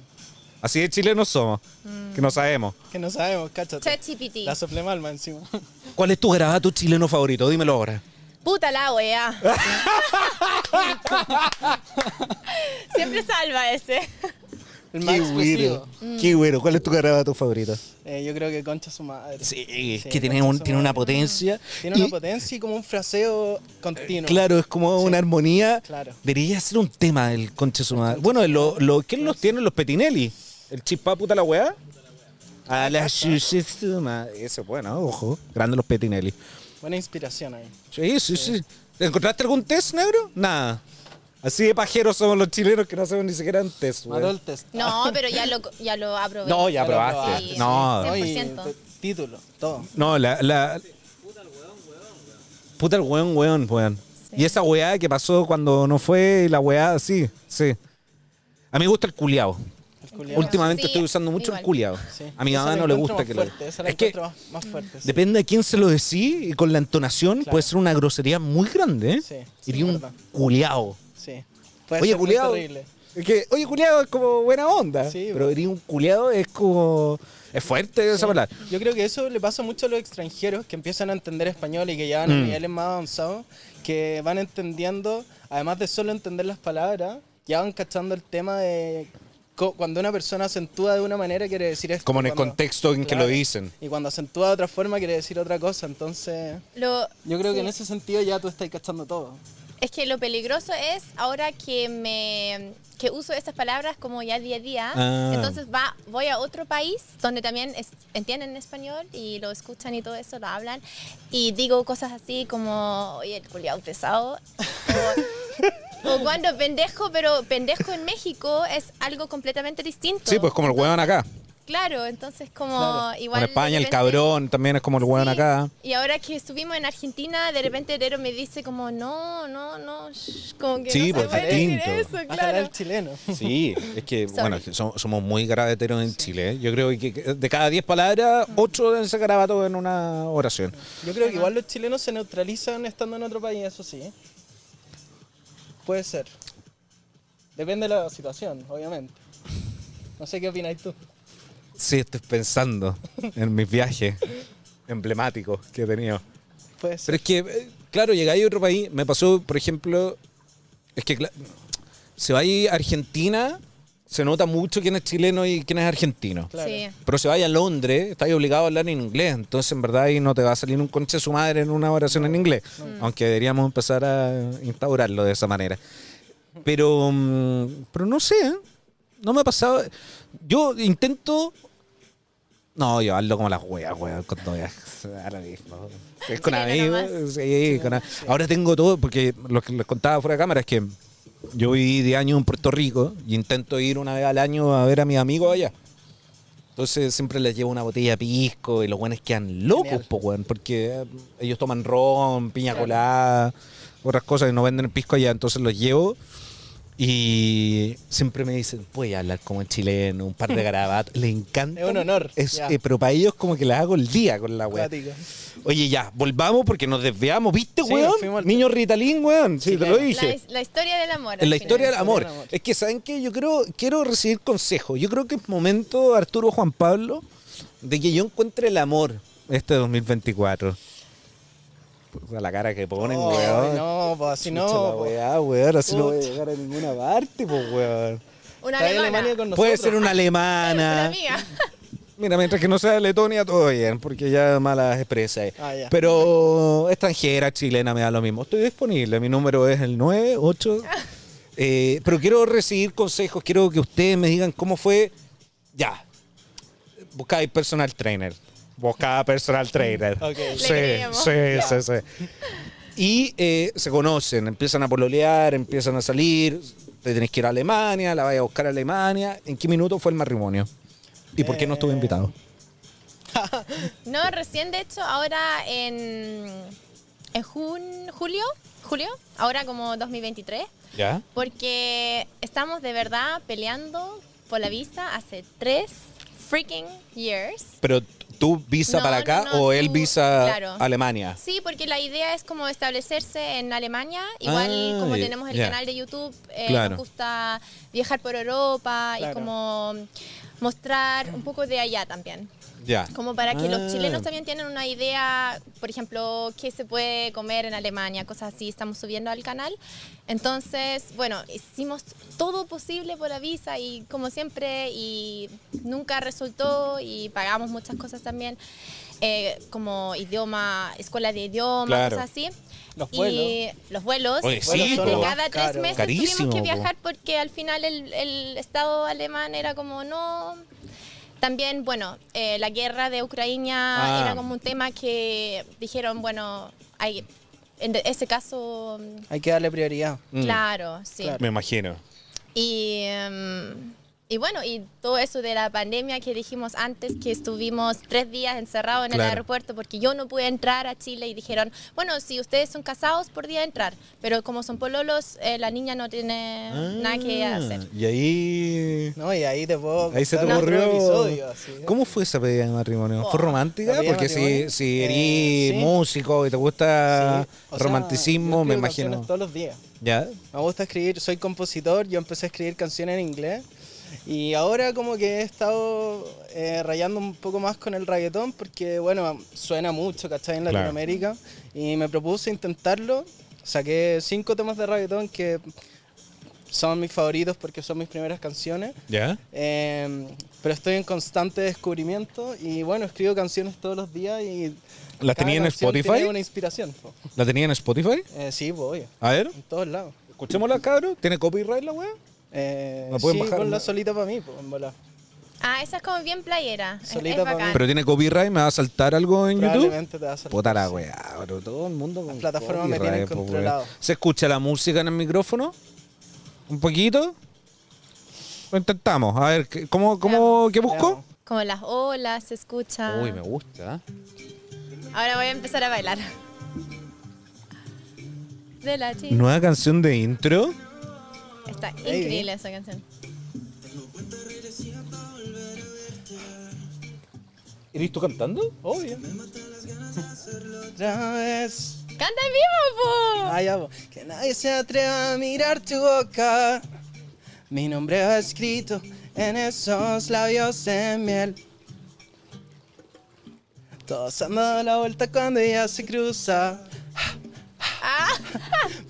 Speaker 1: Así de chilenos somos, que no sabemos.
Speaker 2: que no sabemos, cáchate.
Speaker 3: ChatGPT.
Speaker 2: La sople mal, más encima.
Speaker 1: ¿Cuál es tu garabato chileno favorito? Dímelo ahora.
Speaker 3: Puta la wea. Siempre salva ese.
Speaker 2: El más explosivo.
Speaker 1: Qué bueno. ¿Cuál es tu garabato favorito?
Speaker 2: Eh, yo creo que concha su madre.
Speaker 1: Sí, pues, es
Speaker 2: Sí,
Speaker 1: que tiene,
Speaker 2: concha
Speaker 1: un-
Speaker 2: su
Speaker 1: tiene una
Speaker 2: madre.
Speaker 1: potencia.
Speaker 2: Tiene
Speaker 1: Y,
Speaker 2: una potencia y como un fraseo continuo.
Speaker 1: Claro, es como una armonía.
Speaker 2: Claro.
Speaker 1: Debería ser un tema del conche su madre. Bueno, lo, lo, ¿quién los tiene? Los Petinelli. El chispa puta la weá. A la chuche su madre. Eso, bueno, ojo. Grande los Petinelli.
Speaker 2: Buena inspiración ahí.
Speaker 1: Sí, sí, sí. ¿Encontraste algún test, negro? Nada. Así de pajeros somos los chilenos que no hacemos ni siquiera un test, weón.
Speaker 2: Mató el test.
Speaker 3: No, pero ya lo, ya lo aprobé.
Speaker 1: No, ya
Speaker 2: Ya lo
Speaker 1: probaste.
Speaker 2: probaste.
Speaker 1: No,
Speaker 2: No, y
Speaker 3: 100%.
Speaker 2: t- título, todo.
Speaker 1: No, la, la... Puta el weón, weón, weón. Y esa weá que pasó cuando no fue y la weá, sí, sí. A mí me gusta el culiao.
Speaker 2: El culiao.
Speaker 1: Últimamente
Speaker 3: Sí,
Speaker 1: estoy usando mucho el
Speaker 3: igual.
Speaker 1: culiao.
Speaker 2: Sí.
Speaker 1: A mi
Speaker 2: Esa
Speaker 1: mamá
Speaker 2: la
Speaker 1: no le gusta
Speaker 2: encuentro más
Speaker 1: que lo...
Speaker 2: fuerte, esa la
Speaker 1: Es que
Speaker 2: encuentro más- más fuerte. sí.
Speaker 1: depende de quién se lo decí y con la entonación puede ser una grosería muy grande. ¿eh?
Speaker 2: Sí, sí,
Speaker 1: Diría un
Speaker 2: verdad.
Speaker 1: culiao.
Speaker 2: Sí. Puede
Speaker 1: oye,
Speaker 2: ser muy
Speaker 1: culiao.
Speaker 2: terrible.
Speaker 1: Es que, oye, culiao es como buena onda.
Speaker 2: Sí,
Speaker 1: pero
Speaker 2: bo.
Speaker 1: diría un culiao es como... Es fuerte esa palabra.
Speaker 2: Yo creo que eso le pasa mucho a los extranjeros que empiezan a entender español y que ya van
Speaker 1: Mm.
Speaker 2: a niveles más avanzados, que van entendiendo, además de solo entender las palabras, ya van cachando el tema de co- cuando una persona acentúa de una manera quiere decir esto.
Speaker 1: Como en el
Speaker 2: cuando-
Speaker 1: contexto en que lo dicen.
Speaker 2: Y cuando acentúa de otra forma quiere decir otra cosa, entonces
Speaker 3: Lo-
Speaker 2: yo creo
Speaker 3: sí.
Speaker 2: que en ese sentido ya tú estás cachando todo.
Speaker 3: Es que lo peligroso es ahora que me que uso estas palabras como ya día a día.
Speaker 1: Ah.
Speaker 3: Entonces va, voy a otro país donde también es- entienden español y lo escuchan y todo eso, lo hablan. Y digo cosas así como, oye, el culiao pesado. O, o cuando pendejo, pero pendejo en México es algo completamente distinto.
Speaker 1: Sí, pues como el hueón acá.
Speaker 3: Claro, entonces como
Speaker 2: Claro.
Speaker 3: igual...
Speaker 1: En
Speaker 3: de
Speaker 1: España el
Speaker 3: repente-
Speaker 1: cabrón también es como el hueón
Speaker 3: Sí,
Speaker 1: acá.
Speaker 3: Y ahora que estuvimos en Argentina, de repente Herero me dice como, no, no, no, shh", como que
Speaker 1: Sí,
Speaker 3: no se
Speaker 1: pues,
Speaker 3: puede decir
Speaker 1: distinto.
Speaker 3: eso,
Speaker 2: Bájala
Speaker 3: claro.
Speaker 2: al chileno.
Speaker 1: Sí, es que
Speaker 3: Sorry.
Speaker 1: bueno, so- somos muy graveteros en Chile. ¿eh? Yo creo que que de cada 10 palabras, 8 deben ser garabatos en una oración.
Speaker 2: Yo creo que igual los chilenos se neutralizan estando en otro país, eso sí. Puede ser. Depende de la situación, obviamente. No sé qué opináis tú.
Speaker 1: Sí, estoy pensando en mis viajes emblemáticos que he tenido.
Speaker 2: Puede
Speaker 1: Pero
Speaker 2: ser.
Speaker 1: es que, eh, claro, llegáis a otro país. Me pasó, por ejemplo, es que cla- se va a Argentina, se nota mucho quién es chileno y quién es argentino.
Speaker 2: Claro.
Speaker 3: Sí.
Speaker 1: Pero se vaya a Londres, estás obligado a hablar en inglés. Entonces, en verdad, ahí no te va a salir un conche de su madre en una oración en inglés. Aunque deberíamos empezar a instaurarlo de esa manera. Pero, mm, pero no sé, ¿eh? no me ha pasado. Yo intento. No, yo hablo como las weas, weón, cuando viajas. Ahora mismo. Es con
Speaker 3: Chileno
Speaker 1: amigos. Sí, con a- Ahora tengo todo, porque lo que les contaba fuera de cámara es que yo viví 10 años en Puerto Rico y intento ir una vez al año a ver a mis amigos allá. Entonces siempre les llevo una botella de pisco y los buenos quedan locos,
Speaker 2: Genial.
Speaker 1: po, weón, porque eh, ellos toman ron, piña colada, otras cosas y no venden el pisco allá, entonces los llevo y siempre me dicen, voy a hablar como en chileno, un par de garabatos, le encanta.
Speaker 2: Es un honor,
Speaker 1: Es-
Speaker 2: ya.
Speaker 1: eh, pero para ellos como que les hago el día con la weá.
Speaker 2: Cuático.
Speaker 1: Oye, ya, volvamos porque nos desviamos, ¿viste,
Speaker 2: Sí,
Speaker 1: weón?
Speaker 2: nos fuimos al-
Speaker 1: Niño Ritalin, weón, sí, te lo
Speaker 2: Chileno.
Speaker 1: dije.
Speaker 3: La, his- la historia del amor.
Speaker 1: En
Speaker 3: al
Speaker 1: la
Speaker 3: final.
Speaker 1: historia del
Speaker 2: la
Speaker 1: amor.
Speaker 2: historia del amor.
Speaker 1: Es que, ¿saben qué? Yo creo, quiero recibir consejos. Yo creo que es momento, Arturo Juan Pablo, de que yo encuentre el amor este 2024. A la cara que ponen,
Speaker 2: Oh,
Speaker 1: weón.
Speaker 2: no, po, así no. pues.
Speaker 1: Chucha la
Speaker 2: po.
Speaker 1: weá, weón. Así no voy a
Speaker 2: Pucha.
Speaker 1: llegar a ninguna parte, pues, weón.
Speaker 3: Una
Speaker 2: Está en
Speaker 3: alemana.
Speaker 2: Alemania con
Speaker 1: Puede
Speaker 2: nosotros.
Speaker 1: ser una
Speaker 3: Una
Speaker 1: alemana.
Speaker 3: amiga.
Speaker 1: Mira, mientras que no sea de Letonia, todo bien, porque ya malas expresas.
Speaker 2: Ah, ya.
Speaker 1: Pero extranjera, chilena, me da lo mismo. Estoy disponible, mi número es el 98. Eh, pero quiero recibir consejos, quiero que ustedes me digan cómo fue. Ya. Buscáis personal trainer. Buscaba personal trainer.
Speaker 2: Ok. Le
Speaker 1: Sí,
Speaker 3: creemos.
Speaker 1: sí, sí, sí. Y eh, se conocen, empiezan a pololear, empiezan a salir. Te tenés que ir a Alemania, la vais a buscar a Alemania. ¿En qué minuto fue el matrimonio? ¿Y por qué no estuve
Speaker 2: Eh,
Speaker 1: invitado?
Speaker 3: No, recién de hecho, ahora en, en jun- julio, julio, ahora como 2023,
Speaker 1: ¿Ya?
Speaker 3: porque estamos de verdad peleando por la visa hace tres freaking years.
Speaker 1: ¿Pero tú visa
Speaker 3: No,
Speaker 1: para
Speaker 3: no,
Speaker 1: acá
Speaker 3: no,
Speaker 1: o
Speaker 3: tú-
Speaker 1: él visa
Speaker 3: claro.
Speaker 1: Alemania?
Speaker 3: Sí, porque la idea es como establecerse en Alemania. Igual
Speaker 1: Ah,
Speaker 3: como
Speaker 1: ya,
Speaker 3: tenemos el
Speaker 1: ya.
Speaker 3: canal de YouTube, eh,
Speaker 1: Claro.
Speaker 3: nos gusta viajar por Europa y
Speaker 2: Claro.
Speaker 3: como mostrar un poco de allá también.
Speaker 1: Ya.
Speaker 3: Como para que
Speaker 1: Ah.
Speaker 3: los chilenos también tienen una idea, por ejemplo, qué se puede comer en Alemania, cosas así, estamos subiendo al canal. Entonces, bueno, hicimos todo posible por la visa y como siempre, y nunca resultó y pagamos muchas cosas también, eh, como idioma, escuela de idioma,
Speaker 1: Claro.
Speaker 3: cosas así.
Speaker 2: Los
Speaker 3: Y
Speaker 2: vuelos.
Speaker 3: los vuelos,
Speaker 1: Oye,
Speaker 2: sí,
Speaker 3: de
Speaker 2: po.
Speaker 3: cada tres
Speaker 2: Caro.
Speaker 3: meses
Speaker 1: Carísimo,
Speaker 3: tuvimos
Speaker 1: po.
Speaker 3: que viajar porque al final el, el Estado alemán era como no. También, bueno, eh, la guerra de Ucrania
Speaker 1: Ah.
Speaker 3: era como un tema que dijeron, bueno, hay, en ese caso,
Speaker 2: Hay que darle prioridad.
Speaker 1: Mm,
Speaker 3: claro, sí.
Speaker 2: Claro.
Speaker 1: Me imagino.
Speaker 3: Y, em, y bueno, y todo eso de la pandemia que dijimos antes, que estuvimos tres días encerrados en
Speaker 1: Claro.
Speaker 3: el aeropuerto porque yo no pude entrar a Chile y dijeron, bueno, si ustedes son casados, podría entrar, pero como son pololos, eh, la niña no tiene nada que
Speaker 1: Ah,
Speaker 3: hacer.
Speaker 1: Y ahí.
Speaker 2: No, y ahí te puedo.
Speaker 1: Ahí se te
Speaker 2: contar otro
Speaker 1: ocurrió.
Speaker 2: episodio, así. ¿eh?
Speaker 1: ¿Cómo fue esa pedida de matrimonio?
Speaker 3: Oh,
Speaker 1: ¿Fue romántica?
Speaker 2: ¿la pedida de
Speaker 1: Porque si,
Speaker 2: matrimonio?
Speaker 1: si
Speaker 2: Eh,
Speaker 1: eres
Speaker 2: sí.
Speaker 1: músico y te gusta
Speaker 2: Sí, o
Speaker 1: Ah,
Speaker 2: sea,
Speaker 1: romanticismo,
Speaker 2: yo
Speaker 1: me
Speaker 2: escribo
Speaker 1: imagino.
Speaker 2: canciones Todos los días.
Speaker 1: ¿Ya?
Speaker 2: Me gusta escribir, soy compositor, yo empecé a escribir canciones en inglés y ahora como que he estado eh, rayando un poco más con el reggaetón porque, bueno, suena mucho, ¿cachai? En
Speaker 1: Claro.
Speaker 2: Latinoamérica y me propuse intentarlo, saqué cinco temas de reggaetón que son mis favoritos porque son mis primeras canciones.
Speaker 1: ¿Ya?
Speaker 2: Eh, pero estoy en constante descubrimiento y bueno, escribo canciones todos los días y...
Speaker 1: ¿Las
Speaker 2: cada
Speaker 1: tenía en
Speaker 2: canción
Speaker 1: Spotify?
Speaker 2: tiene una inspiración. po.
Speaker 1: ¿La tenía en Spotify?
Speaker 2: Eh, sí, pues, obvio.
Speaker 1: A ver,
Speaker 2: En todos lados.
Speaker 1: escuchémosla, cabrón. ¿Tiene copyright la weá?
Speaker 2: Eh,
Speaker 1: ¿La pueden
Speaker 2: sí,
Speaker 1: bajar?
Speaker 2: ponla solita para mí, pues, en bola.
Speaker 3: Ah, esa es como bien playera. eh, Es,
Speaker 2: Solita
Speaker 3: es
Speaker 2: pa'
Speaker 3: bacán.
Speaker 2: mí.
Speaker 1: ¿Pero tiene copyright? ¿Me va a saltar algo en YouTube?
Speaker 2: Probablemente te va a salir.
Speaker 1: Puta la weá, bro. Todo el mundo con
Speaker 2: Las plataformas me
Speaker 1: copyright,
Speaker 2: tienen
Speaker 1: po, weón.
Speaker 2: controlado.
Speaker 1: ¿Se escucha la música en el micrófono? ¿Un poquito? Lo intentamos. A ver, ¿qué- ¿cómo, cómo, ¿qué busco?
Speaker 3: Como las olas se escucha.
Speaker 1: Uy, me gusta.
Speaker 3: Ahora voy a empezar a bailar. De la chica.
Speaker 1: Nueva canción de intro.
Speaker 3: Está
Speaker 2: Ey,
Speaker 3: increíble esa canción.
Speaker 1: ¿Eres tú cantando?
Speaker 2: Obvio. Otra vez.
Speaker 3: ¡Canta en vivo, po!
Speaker 2: Ah, ya, po. Que nadie se atreva a mirar tu boca. Mi nombre va escrito en esos labios de miel. Todos han dado la vuelta cuando ella se cruza.
Speaker 3: Ah.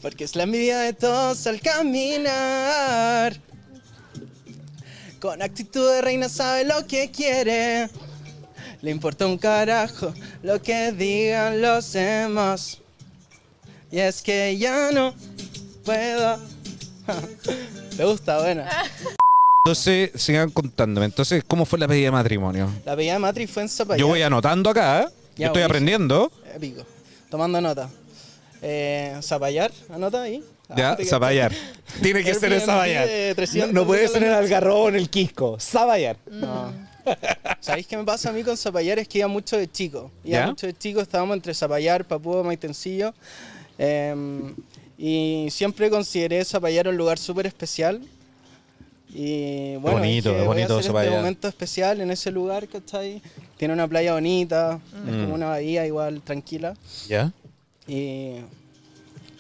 Speaker 2: Porque es la envidia de todos al caminar. Con actitud de reina sabe lo que quiere. Le importa un carajo lo que digan los demás. Y es que ya no puedo. Te gusta, buena.
Speaker 1: Entonces, sigan contándome. Entonces, ¿cómo fue la pedida de matrimonio?
Speaker 2: La pelea de Matrix fue en Zapallar.
Speaker 1: Yo voy anotando acá. ¿eh? Yo
Speaker 2: Ya,
Speaker 1: estoy
Speaker 2: buenísimo.
Speaker 1: aprendiendo.
Speaker 2: Épico. Tomando nota. Eh, Zapallar, anota ahí.
Speaker 1: Ya,
Speaker 2: Ah, te-
Speaker 1: Zapallar. Tiene que ser en
Speaker 2: Airbnb
Speaker 1: Zapallar.
Speaker 2: de
Speaker 1: No,
Speaker 2: 300
Speaker 1: no puede ser en
Speaker 2: dólares.
Speaker 1: Algarrobo o en el Quisco. Zapallar.
Speaker 2: No. ¿Sabéis qué me pasa a mí con Zapallar? Es que iba mucho de chico. Iba
Speaker 1: ¿Ya?
Speaker 2: mucho de chico, estábamos entre Zapallar, Papúa, Maitencillo. eh, y siempre consideré Zapallar un lugar súper especial. Y bueno,
Speaker 1: Bonito,
Speaker 2: dije, voy a
Speaker 1: bonito
Speaker 2: hacer este
Speaker 1: Zapallar.
Speaker 2: momento especial en ese lugar, ¿cachai? Tiene una playa bonita, es
Speaker 1: Mm.
Speaker 2: como una bahía igual, tranquila.
Speaker 1: ¿Ya?
Speaker 2: Y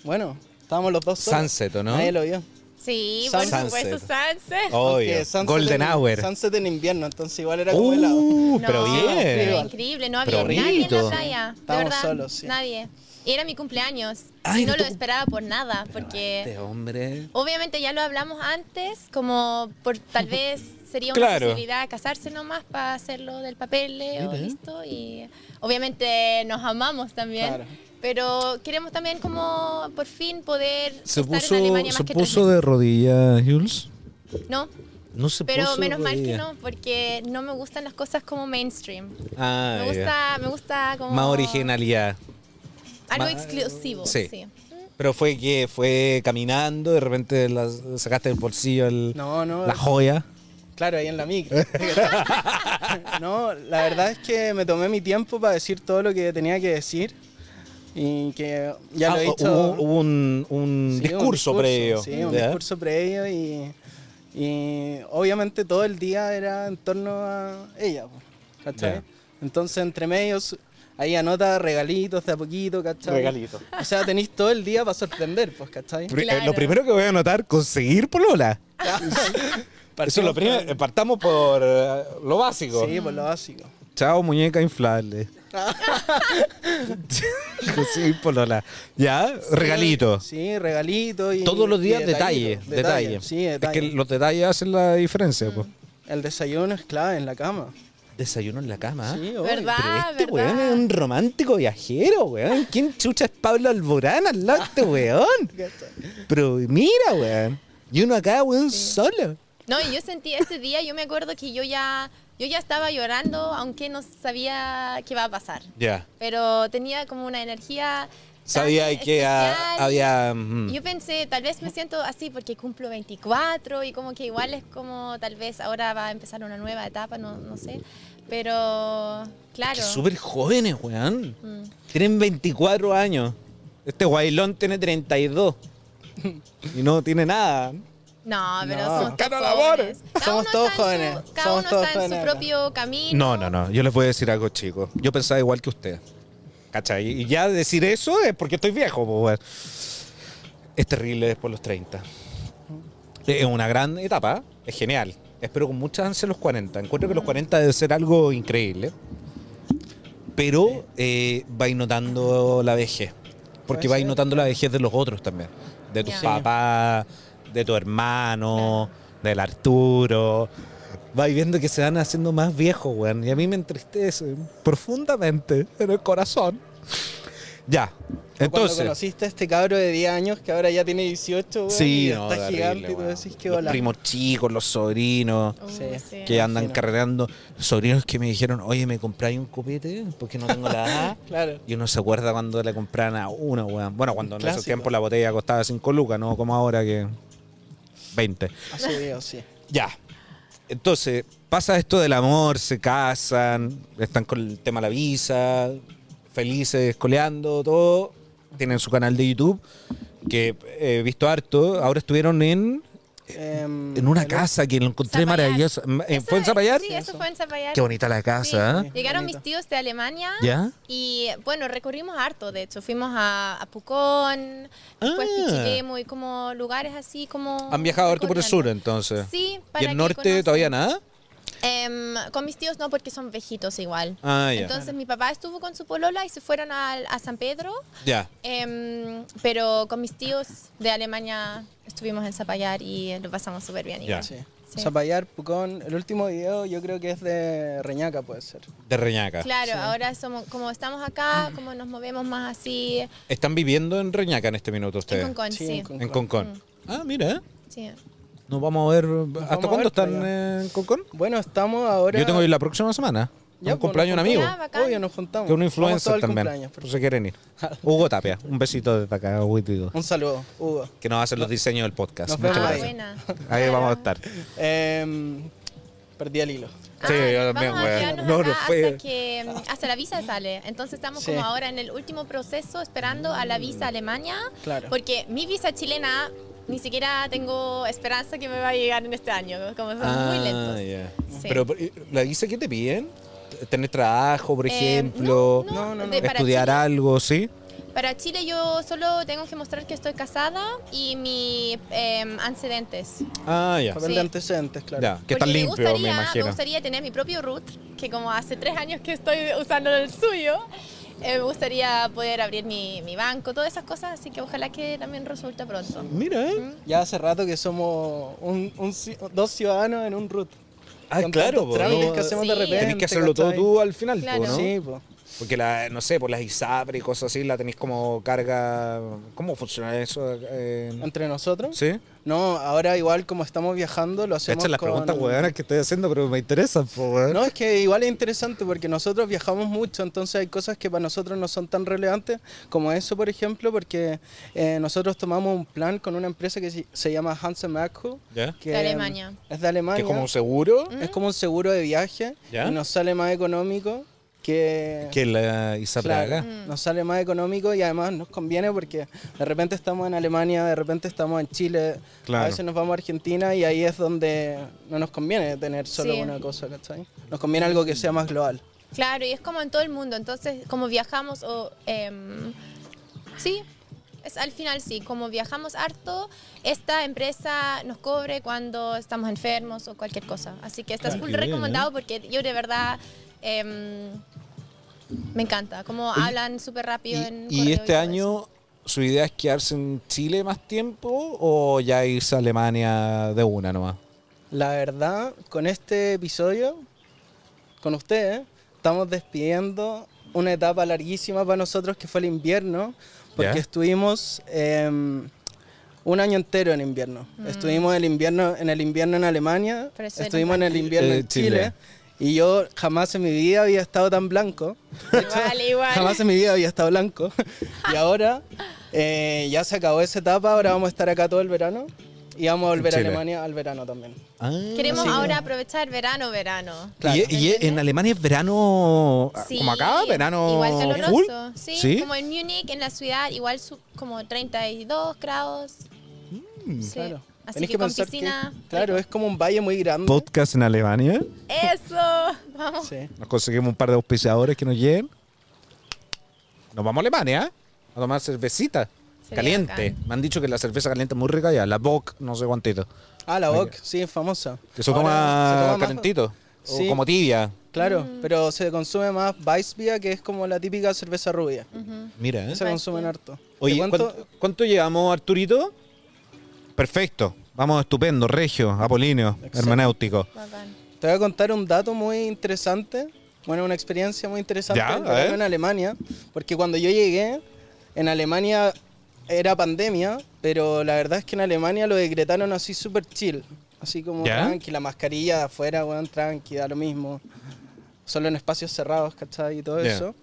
Speaker 2: bueno, estábamos los dos solos.
Speaker 1: Sunset, ¿o no?
Speaker 2: Nadie lo vio.
Speaker 3: Sí, por
Speaker 2: Sunset.
Speaker 3: supuesto, Sunset.
Speaker 1: Obvio.
Speaker 2: Porque sunset
Speaker 1: Golden
Speaker 2: en-
Speaker 1: Hour.
Speaker 2: Sunset en invierno, entonces igual era como helado.
Speaker 1: Uh, pero
Speaker 3: No, Era
Speaker 1: bien. Este
Speaker 3: increíble, no
Speaker 1: Pero
Speaker 3: había nadie en
Speaker 1: bonito.
Speaker 3: la playa. De
Speaker 2: Estábamos
Speaker 3: verdad,
Speaker 2: solos, sí.
Speaker 3: nadie. Y era mi cumpleaños.
Speaker 1: Ay,
Speaker 3: y no
Speaker 1: era tu
Speaker 3: lo
Speaker 1: cum-
Speaker 3: esperaba por nada, porque...
Speaker 1: Este hombre.
Speaker 3: Obviamente ya lo hablamos antes, como por tal vez sería una
Speaker 1: Claro.
Speaker 3: posibilidad casarse nomás para hacerlo del papel o listo. Y obviamente nos amamos también.
Speaker 2: Claro.
Speaker 3: Pero queremos también como por fin poder
Speaker 1: Se
Speaker 3: estar
Speaker 1: puso,
Speaker 3: en Alemania más
Speaker 1: se
Speaker 3: que
Speaker 1: puso
Speaker 3: tres
Speaker 1: de rodillas, Jules.
Speaker 3: meses. No,
Speaker 1: No se
Speaker 3: pero
Speaker 1: puso de
Speaker 3: menos mal que
Speaker 1: rodillas.
Speaker 3: no, porque no me gustan las cosas como mainstream.
Speaker 1: Ah,
Speaker 3: me
Speaker 1: ya.
Speaker 3: gusta, me gusta como
Speaker 1: Más originalidad.
Speaker 3: algo
Speaker 1: Más-
Speaker 3: exclusivo.
Speaker 1: sí.
Speaker 3: Sí.
Speaker 1: Pero fue que fue caminando, de repente la- sacaste del bolsillo el-
Speaker 2: No, no.
Speaker 1: la joya.
Speaker 2: Claro, ahí en la micro. no, la verdad es que me tomé mi tiempo para decir todo lo que tenía que decir. Y que ya
Speaker 1: Ah,
Speaker 2: lo he
Speaker 1: hubo-
Speaker 2: dicho.
Speaker 1: Hubo, un, un
Speaker 2: Sí,
Speaker 1: discurso,
Speaker 2: un
Speaker 1: previo.
Speaker 2: Sí, un
Speaker 1: ¿ya?
Speaker 2: discurso previo y, y obviamente todo el día era en torno a ella, po, ¿cachai?
Speaker 1: Ya.
Speaker 2: Entonces, entre medios, ahí anota regalitos de a poquito, ¿cachai?
Speaker 1: Regalitos.
Speaker 2: O sea, tenéis todo el día para sorprender, pues, ¿cachai?
Speaker 1: Pri- eh, lo
Speaker 3: Claro.
Speaker 1: primero que voy a anotar, conseguir polola. Eso es lo
Speaker 2: Partimos
Speaker 1: primero.
Speaker 2: con-
Speaker 1: eh, Partamos por eh, lo básico.
Speaker 2: Sí, por lo básico.
Speaker 1: Chao, muñeca inflable. conseguir polola. Ya, regalito.
Speaker 2: Sí, regalito y.
Speaker 1: Todos los días
Speaker 2: y
Speaker 1: detalle,
Speaker 2: detallito,
Speaker 1: detalle.
Speaker 2: Sí,
Speaker 1: Es
Speaker 2: detalle. Mm.
Speaker 1: que los detalles hacen la diferencia. po.
Speaker 2: El desayuno es clave en la cama.
Speaker 1: Desayuno en la cama. ¿ah?
Speaker 2: Sí, obvio.
Speaker 3: ¿Verdad?
Speaker 1: Pero este
Speaker 3: ¿verdad?
Speaker 1: weón es un romántico viajero, weón. ¿Quién chucha es Pablo Alborán al lado de este weón? Pero mira, weón. Y uno acá, weón, solo.
Speaker 3: No, y yo sentí ese día, yo me acuerdo que yo ya, yo ya estaba llorando, aunque no sabía qué iba a pasar.
Speaker 1: Ya.
Speaker 3: Pero tenía como una energía. tan
Speaker 1: Sabía que ah,
Speaker 3: especial.
Speaker 1: había. mm,
Speaker 3: Y Yo pensé, tal vez me siento así porque cumplo 24 y como que igual es como tal vez ahora va a empezar una nueva etapa, no, no sé. Pero
Speaker 1: que
Speaker 3: claro.
Speaker 1: súper jóvenes, weón.
Speaker 3: Mm.
Speaker 1: Tienen 24 años. Este guailón tiene 32. y no tiene nada.
Speaker 3: No, pero
Speaker 2: No.
Speaker 3: somos
Speaker 1: Cercano
Speaker 3: todos
Speaker 1: a la bola.
Speaker 3: jóvenes. Cada
Speaker 2: Somos
Speaker 3: uno
Speaker 2: todos
Speaker 3: está en su-
Speaker 2: jóvenes.
Speaker 3: Cada
Speaker 2: Somos
Speaker 3: uno
Speaker 2: todos
Speaker 3: está en su
Speaker 2: jóvenes acá.
Speaker 3: propio camino.
Speaker 1: No, no, no. Yo les voy a decir algo, chicos. Yo pensaba igual que usted. ¿Cachai? Y ya decir eso es porque estoy viejo, pues, weón. Es terrible después de los 30. Es una gran etapa. Es genial. Espero con muchas ansias los 40. Encuentro que los 40 debe ser algo increíble. Pero eh, vais notando la vejez. Porque
Speaker 2: Puede
Speaker 1: vais
Speaker 2: ser.
Speaker 1: notando la vejez de los otros también. De tus
Speaker 3: Ya.
Speaker 1: papás, de tu hermano, del Arturo. Vais viendo que se van haciendo más viejos, weón. Y a mí me entristece profundamente en el corazón. Ya.
Speaker 2: Entonces, cuando
Speaker 1: Entonces,
Speaker 2: conociste a este cabro de 10 años que ahora ya tiene 18, weón,
Speaker 1: Sí,
Speaker 2: y
Speaker 1: no,
Speaker 2: está
Speaker 1: terrible,
Speaker 2: gigante y tú
Speaker 1: weón.
Speaker 2: decís que
Speaker 1: los
Speaker 2: hola.
Speaker 1: primos chicos, los sobrinos
Speaker 3: Uh,
Speaker 2: Sí.
Speaker 3: sí.
Speaker 1: que andan
Speaker 2: imagino.
Speaker 1: carreando, sobrinos que me dijeron, oye, ¿me compráis un copete? Porque no tengo la edad.
Speaker 2: Claro.
Speaker 1: Y uno se acuerda cuando le compraban a uno, weón. Bueno, cuando en esos
Speaker 2: Clásico.
Speaker 1: tiempos la botella costaba 5 lucas, no como ahora que 20.
Speaker 2: Ha subido, sí.
Speaker 1: Ya. Entonces, pasa esto del amor, se casan, están con el tema de la visa, felices, coleando, todo. Tienen su canal de YouTube, que he visto harto. Ahora estuvieron en,
Speaker 2: Em,
Speaker 1: Eh, en una
Speaker 2: el-
Speaker 1: casa que lo encontré
Speaker 3: Zapallar.
Speaker 1: maravillosa. ¿En-
Speaker 3: Eso
Speaker 1: ¿Fue en
Speaker 3: es-
Speaker 1: Zapallar?
Speaker 3: Sí, eso fue en Zapallar.
Speaker 1: Qué bonita la casa,
Speaker 3: Sí.
Speaker 1: ¿eh?
Speaker 3: Llegaron
Speaker 2: Bonito.
Speaker 3: mis tíos de Alemania.
Speaker 1: ¿Ya?
Speaker 3: Y bueno, recorrimos harto, de hecho. Fuimos a, a Pucón, después
Speaker 1: Ah.
Speaker 3: Pichilemu y como lugares así como...
Speaker 1: ¿Han viajado harto por el sur
Speaker 3: recorriendo.
Speaker 1: entonces?
Speaker 3: Sí, para
Speaker 1: ¿Y el
Speaker 3: que
Speaker 1: norte
Speaker 3: conozcan.
Speaker 1: todavía nada?
Speaker 3: Em, con mis tíos no, porque son viejitos igual.
Speaker 1: Ah, ya.
Speaker 3: Entonces mi papá estuvo con su polola y se fueron al- a, San Pedro,
Speaker 1: ya.
Speaker 3: em, pero con mis tíos de Alemania estuvimos en Zapallar y lo pasamos súper bien.
Speaker 1: Ya.
Speaker 3: igual.
Speaker 2: Sí.
Speaker 3: Sí.
Speaker 2: Zapallar, Pucón. El último video yo creo que es de Reñaca, puede ser.
Speaker 1: De Reñaca.
Speaker 3: Claro, ahora somos, como estamos acá, como nos movemos más así,
Speaker 1: ¿Están viviendo en Reñaca en este minuto ustedes?
Speaker 3: en Mm. Concón,
Speaker 2: Sí,
Speaker 3: sí.
Speaker 2: en Concón.
Speaker 1: En Concón. Ah, mira.
Speaker 3: Sí.
Speaker 1: Nos vamos a ver.
Speaker 2: vamos
Speaker 1: ¿Hasta
Speaker 2: a
Speaker 1: cuándo
Speaker 2: ver
Speaker 1: están
Speaker 2: por
Speaker 1: eh, en Concón?
Speaker 2: Bueno, estamos ahora.
Speaker 1: Yo tengo que ir la próxima semana.
Speaker 2: Ya,
Speaker 1: un
Speaker 2: pues,
Speaker 1: cumpleaños de un
Speaker 2: nos
Speaker 1: amigo.
Speaker 3: juntamos. Ah, bacán.
Speaker 2: Obvio, nos juntamos.
Speaker 1: Que un
Speaker 2: Vamos todo
Speaker 1: influencer
Speaker 2: el
Speaker 1: también.
Speaker 2: cumpleaños,
Speaker 1: Por si quieren ir. Hugo Tapia. Un besito desde acá, Hugo.
Speaker 2: Un saludo, Hugo.
Speaker 1: Que nos hacen los diseños del podcast.
Speaker 2: Nos
Speaker 3: Ah,
Speaker 1: Muchas
Speaker 2: vemos
Speaker 1: gracias.
Speaker 3: buena.
Speaker 1: Ahí
Speaker 3: Claro.
Speaker 1: vamos a estar.
Speaker 2: Em, perdí el hilo.
Speaker 3: Ah,
Speaker 1: Sí, yo
Speaker 3: vamos
Speaker 1: también,
Speaker 3: a
Speaker 1: weón.
Speaker 3: quedarnos
Speaker 1: No,
Speaker 3: acá
Speaker 1: no fue-
Speaker 3: Hasta, que, mm, hasta la visa sale. Entonces estamos
Speaker 2: Sí.
Speaker 3: como ahora en el último proceso esperando a la visa a Alemania.
Speaker 2: Claro.
Speaker 3: Porque mi visa chilena ni siquiera tengo esperanza que me va a llegar en este año. Como son
Speaker 1: Ah,
Speaker 3: muy lentos.
Speaker 1: ya.
Speaker 3: Sí.
Speaker 1: Pero eh, la visa que te piden, tener trabajo, por
Speaker 3: Eh, no,
Speaker 1: ejemplo,
Speaker 3: no,
Speaker 2: No, no, no.
Speaker 3: de- para
Speaker 1: estudiar
Speaker 3: Chile-
Speaker 1: algo, ¿sí?
Speaker 3: Para Chile yo solo tengo que mostrar que estoy casada y mis em, antecedentes.
Speaker 1: Ah, ya.
Speaker 2: Papel
Speaker 3: Sí.
Speaker 2: de antecedentes, claro.
Speaker 1: Ya, que está
Speaker 3: Porque me
Speaker 1: limpio, me,
Speaker 3: gustaría-
Speaker 1: imagino.
Speaker 3: Me gustaría tener mi propio root, que como hace tres años que estoy usando el suyo, eh, me gustaría poder abrir mi, mi banco, todas esas cosas, así que ojalá que también resulte pronto.
Speaker 1: Mira,
Speaker 3: ¿Mm?
Speaker 1: ¿eh?
Speaker 2: Ya hace rato que somos un- un ci- dos ciudadanos en un root.
Speaker 1: Ah,
Speaker 2: Con
Speaker 1: claro,
Speaker 2: tantos
Speaker 1: po,
Speaker 2: trámites
Speaker 1: no,
Speaker 2: que hacemos de
Speaker 3: Sí.
Speaker 2: repente.
Speaker 3: Tenés
Speaker 1: Tenés que hacerlo todo
Speaker 2: ¿cachai?
Speaker 1: tú al final, po,
Speaker 3: Claro.
Speaker 1: ¿no?
Speaker 2: Sí, pues.
Speaker 1: Porque, la, no sé, por las ISAPRE y cosas así, la tenéis como carga. ¿Cómo funciona eso? Eh,
Speaker 2: ¿Entre nosotros?
Speaker 1: ¿Sí?
Speaker 2: No, ahora igual como estamos viajando lo hacemos
Speaker 1: Estas son las
Speaker 2: con-
Speaker 1: preguntas hueonas que estoy haciendo, pero me interesan, po, weón.
Speaker 2: No, es que igual es interesante porque nosotros viajamos mucho, entonces hay cosas que para nosotros no son tan relevantes como eso, por ejemplo, porque eh, nosotros tomamos un plan con una empresa que se- se llama Hansen Macro.
Speaker 1: ¿Ya?
Speaker 2: que
Speaker 3: De Alemania.
Speaker 2: Es de Alemania.
Speaker 1: Que como un seguro,
Speaker 2: Es como un seguro de viaje
Speaker 1: ¿Ya?
Speaker 2: y nos sale más económico que...
Speaker 1: que la ISAPRE
Speaker 2: Claro,
Speaker 1: acá.
Speaker 2: nos sale más económico y además nos conviene porque de repente estamos en Alemania, de repente estamos en Chile,
Speaker 1: Claro.
Speaker 2: a veces nos vamos a Argentina y ahí es donde no nos conviene tener solo
Speaker 3: Sí.
Speaker 2: una cosa, ¿cachai? Nos conviene algo que sea más global.
Speaker 3: Claro, y es como en todo el mundo, entonces como viajamos o... em, sí, es al final sí, como viajamos harto, esta empresa nos cobre cuando estamos enfermos o cualquier cosa. Así que estás
Speaker 1: Claro,
Speaker 3: full
Speaker 1: Ah, qué bien, ¿eh?
Speaker 3: recomendado porque yo de verdad... em, me encanta, como hablan súper rápido en
Speaker 1: ¿Y,
Speaker 3: correo
Speaker 1: y este
Speaker 3: todo
Speaker 1: año su idea es quedarse en Chile más tiempo o ya irse a Alemania de una nomás?
Speaker 2: La verdad, con este episodio, con ustedes, estamos despidiendo una etapa larguísima para nosotros que fue el invierno, porque
Speaker 1: Ya.
Speaker 2: estuvimos eh, un año entero en invierno. Estuvimos el invierno, en el invierno en Alemania,
Speaker 3: Pero eso era
Speaker 2: estuvimos Mm. en el invierno
Speaker 1: Eh,
Speaker 2: en
Speaker 1: Chile.
Speaker 2: Chile. Y yo jamás en mi vida había estado tan blanco. De hecho,
Speaker 3: Igual, igual.
Speaker 2: Jamás en mi vida había estado blanco. y ahora eh, ya se acabó esa etapa, ahora vamos a estar acá todo el verano y vamos a volver a
Speaker 1: Chile.
Speaker 2: Alemania al verano también.
Speaker 3: eso. Queremos ahora aprovechar verano, verano.
Speaker 2: Claro.
Speaker 1: Ah, ¿Y, y en Alemania es verano ah,
Speaker 3: Sí,
Speaker 1: como acá? ¿Verano
Speaker 3: igual caluroso.
Speaker 1: full?
Speaker 3: Sí, como en Múnich, en la ciudad, igual su- como 32 grados.
Speaker 1: Mm,
Speaker 3: sí.
Speaker 2: Claro.
Speaker 3: Así
Speaker 2: Tenés
Speaker 3: que, con
Speaker 2: pensar
Speaker 3: piscina.
Speaker 2: claro, es como un valle muy grande.
Speaker 1: Podcast en Alemania.
Speaker 3: Eso, vamos.
Speaker 2: Sí.
Speaker 1: Nos conseguimos un par de auspiciadores que nos lleguen. Nos vamos a Alemania ¿eh? a tomar cervecita.
Speaker 3: Sería
Speaker 1: caliente.
Speaker 3: bacán.
Speaker 1: Me han dicho que la cerveza caliente es muy rica ya. La Bock, no sé cuántito.
Speaker 2: Ah, la Bock, sí, es famosa.
Speaker 1: Que se
Speaker 2: Ahora
Speaker 1: toma
Speaker 2: se toma más-
Speaker 1: calentito. o
Speaker 2: Sí. Mm.
Speaker 1: como tibia.
Speaker 2: Claro,
Speaker 3: Mm.
Speaker 2: pero se consume más Weissbier, que es como la típica cerveza rubia.
Speaker 1: Mira, ¿eh?
Speaker 2: Se consumen harto. ¿Te
Speaker 1: Oye,
Speaker 2: cuento?
Speaker 1: ¿cuánto, cuánto llevamos, Arturito? Perfecto. Vamos estupendo, Regio, Apolinio,
Speaker 2: Excelente.
Speaker 1: hermenéutico.
Speaker 3: Bacán.
Speaker 2: Te voy a contar un dato muy interesante, bueno, una experiencia muy interesante
Speaker 1: Ya,
Speaker 2: del
Speaker 1: a ver.
Speaker 2: verano en Alemania, porque cuando yo llegué, en Alemania era pandemia, pero la verdad es que en Alemania lo decretaron así súper chill, así como
Speaker 1: Ya.
Speaker 2: tranqui, la mascarilla de afuera, weón, tranqui, da lo mismo, solo en espacios cerrados, ¿cachai? Y todo
Speaker 1: Ya.
Speaker 2: eso.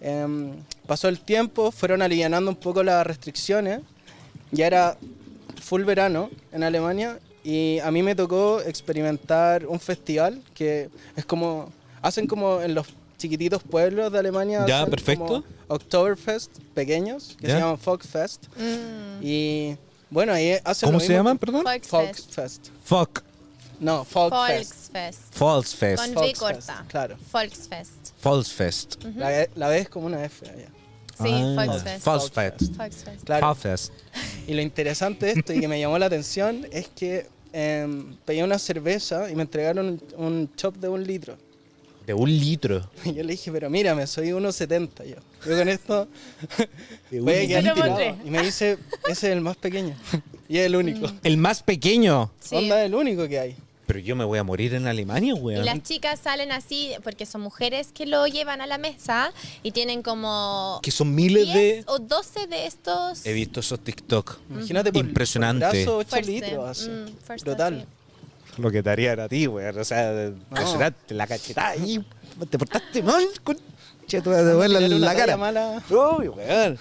Speaker 2: Em, pasó el tiempo, fueron alivianando un poco las restricciones, ya era full verano en Alemania y a mí me tocó experimentar un festival que es como hacen como en los chiquititos pueblos de Alemania
Speaker 1: Ya,
Speaker 2: hacen
Speaker 1: perfecto.
Speaker 2: como Oktoberfest pequeños que
Speaker 1: Ya.
Speaker 2: se llaman Folkfest
Speaker 3: Mm,
Speaker 2: y bueno ahí hacen
Speaker 1: ¿Cómo
Speaker 2: lo
Speaker 1: se
Speaker 2: mismo
Speaker 1: llaman,
Speaker 2: que-
Speaker 1: perdón?
Speaker 3: Volksfest.
Speaker 2: Folkfest
Speaker 1: Fuck.
Speaker 2: no Folkfest
Speaker 3: Volksfest.
Speaker 1: False
Speaker 3: Con
Speaker 1: Fest.
Speaker 3: V
Speaker 2: Volksfest,
Speaker 3: corta.
Speaker 2: claro.
Speaker 3: Volksfest.
Speaker 1: False Fest.
Speaker 2: la, la vez como una F allá.
Speaker 3: Sí,
Speaker 1: Ah,
Speaker 3: Volksfest.
Speaker 1: False Fest.
Speaker 3: Volksfest.
Speaker 2: claro
Speaker 1: False Fest.
Speaker 2: Y lo interesante de esto y que me llamó la atención es que em, pedí una cerveza y me entregaron un, un chop de un litro.
Speaker 1: De un litro.
Speaker 2: Y yo le dije, pero mírame, soy 1,70 yo. Yo con esto
Speaker 1: De
Speaker 2: voy a
Speaker 1: un
Speaker 2: quedar
Speaker 3: litro.
Speaker 2: tirado.
Speaker 3: Pero monté.
Speaker 2: Y me dice, ese es el más pequeño. Y es el único.
Speaker 1: El más pequeño.
Speaker 3: Mm, Sí. Mm.
Speaker 2: Onda, es el único que hay.
Speaker 1: Pero yo me voy a morir en Alemania,
Speaker 3: Y
Speaker 1: weón.
Speaker 3: las chicas salen así porque son mujeres que lo llevan a la mesa y tienen como
Speaker 1: Que son miles
Speaker 3: 10
Speaker 1: de...
Speaker 3: o 12 de estos.
Speaker 1: He visto esos TikTok.
Speaker 2: Imagínate por,
Speaker 1: Impresionante.
Speaker 2: por brazo 8
Speaker 3: Fuerza,
Speaker 2: litros así.
Speaker 3: mm, fuerza,
Speaker 2: Brutal.
Speaker 1: Lo que te harían a ti, weón. O sea, de- impresionante. La cachetada ahí. Te portaste mal. Con... Che, te voy a devolver
Speaker 2: Tirar
Speaker 1: la,
Speaker 2: una
Speaker 1: la
Speaker 2: talla
Speaker 1: cara.
Speaker 2: mala.
Speaker 1: Uy, weón.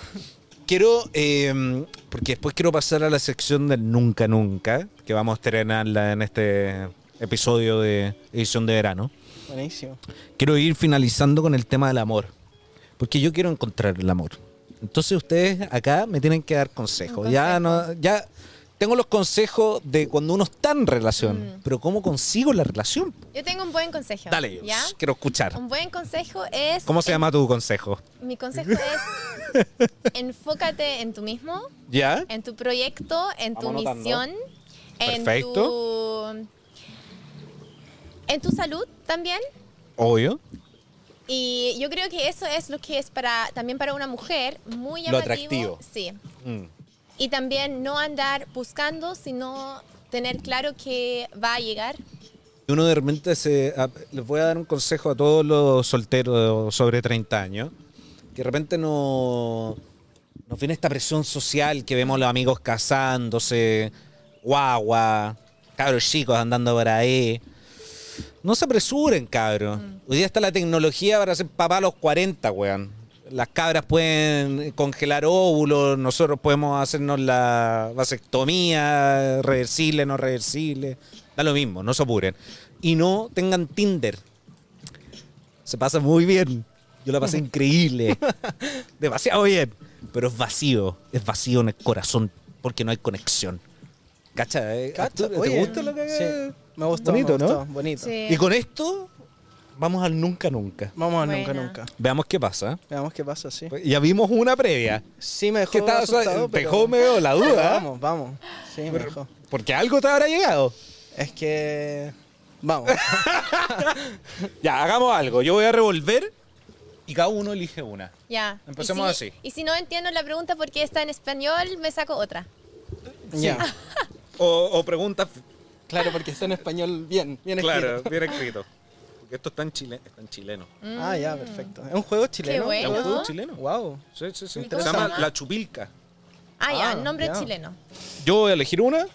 Speaker 1: Quiero, eh, porque después quiero pasar a la sección del Nunca Nunca, que vamos a estrenarla en este episodio de edición de verano.
Speaker 2: Buenísimo.
Speaker 1: Quiero ir finalizando con el tema del amor, porque yo quiero encontrar el amor. Entonces ustedes acá me tienen que dar consejos.
Speaker 3: Un
Speaker 1: Ya,
Speaker 3: consejo.
Speaker 1: no, ya tengo los consejos de cuando uno está en relación, pero ¿cómo consigo la relación?
Speaker 3: Yo tengo un buen consejo.
Speaker 1: Dale, yo
Speaker 3: Mm. ¿ya?
Speaker 1: quiero escuchar.
Speaker 3: Un buen consejo es.
Speaker 1: ¿Cómo se llama tu consejo?
Speaker 3: Mi consejo es enfócate en tú mismo,
Speaker 1: ¿Ya?
Speaker 3: en tu proyecto, en tu
Speaker 1: Vamos anotando.
Speaker 3: misión, en
Speaker 1: Perfecto.
Speaker 3: tu en tu salud también.
Speaker 1: Obvio.
Speaker 3: Y yo creo que eso es lo que es para también para una mujer muy
Speaker 1: Lo
Speaker 3: llamativo.
Speaker 1: atractivo.
Speaker 3: Sí.
Speaker 1: Mm.
Speaker 3: Y también no andar buscando, sino tener claro que va a llegar.
Speaker 1: Uno de repente se. a- les voy a dar un consejo a todos los solteros sobre 30 años. Que de repente no. Nos viene esta presión social que vemos los amigos casándose, guagua, cabros chicos andando por ahí. No se apresuren, cabros.
Speaker 2: Mm.
Speaker 1: Hoy día está la tecnología para ser papá a los 40, weón. Las cabras pueden congelar óvulos, nosotros podemos hacernos la vasectomía, reversible, no reversible. Da lo mismo, no se apuren. Y no tengan Tinder. Se pasa muy bien. Yo la pasé increíble. Demasiado bien. Pero es vacío. Es vacío en el corazón porque no hay conexión. ¿Cacha? eh?
Speaker 2: Cacha,
Speaker 1: ¿Te
Speaker 2: oye,
Speaker 1: gusta lo que
Speaker 2: sí. Me gustó,
Speaker 1: Bonito,
Speaker 2: me gustó,
Speaker 1: ¿no?
Speaker 2: bonito.
Speaker 3: Sí.
Speaker 1: Y con esto vamos al nunca nunca.
Speaker 2: Vamos a
Speaker 3: Buena.
Speaker 2: nunca, nunca.
Speaker 1: Veamos qué pasa.
Speaker 2: Veamos qué pasa, sí.
Speaker 1: Ya vimos una previa.
Speaker 2: Sí me dejó
Speaker 1: Que Pues, estaba
Speaker 2: asustado, pero-
Speaker 1: dejó ah? medio la
Speaker 2: pero
Speaker 1: duda. ¿eh?
Speaker 2: Vamos, vamos. Sí, me dejó.
Speaker 1: Porque algo te habrá llegado.
Speaker 2: Es que... Vamos.
Speaker 1: Ya, hagamos algo. Yo voy a revolver y cada uno elige una.
Speaker 3: Ya.
Speaker 1: Empecemos
Speaker 3: Y si-
Speaker 1: así.
Speaker 3: Y si no entiendo la pregunta porque está en español, me saco otra.
Speaker 2: Ya.
Speaker 1: O, o preguntas.
Speaker 2: Claro, porque está en español bien, bien
Speaker 1: Claro,
Speaker 2: escrito.
Speaker 1: bien escrito. Porque esto está en, chile, está en chileno.
Speaker 2: Ah, ya, perfecto. Es un juego chileno.
Speaker 3: Qué bueno.
Speaker 1: ¿Es un juego chileno?
Speaker 2: Wow.
Speaker 1: Sí, sí, sí. Se
Speaker 3: Interesante.
Speaker 1: llama La Chupilca.
Speaker 3: Ah,
Speaker 2: Ah,
Speaker 3: ya, nombre
Speaker 2: ya.
Speaker 3: chileno.
Speaker 1: Yo voy a elegir una.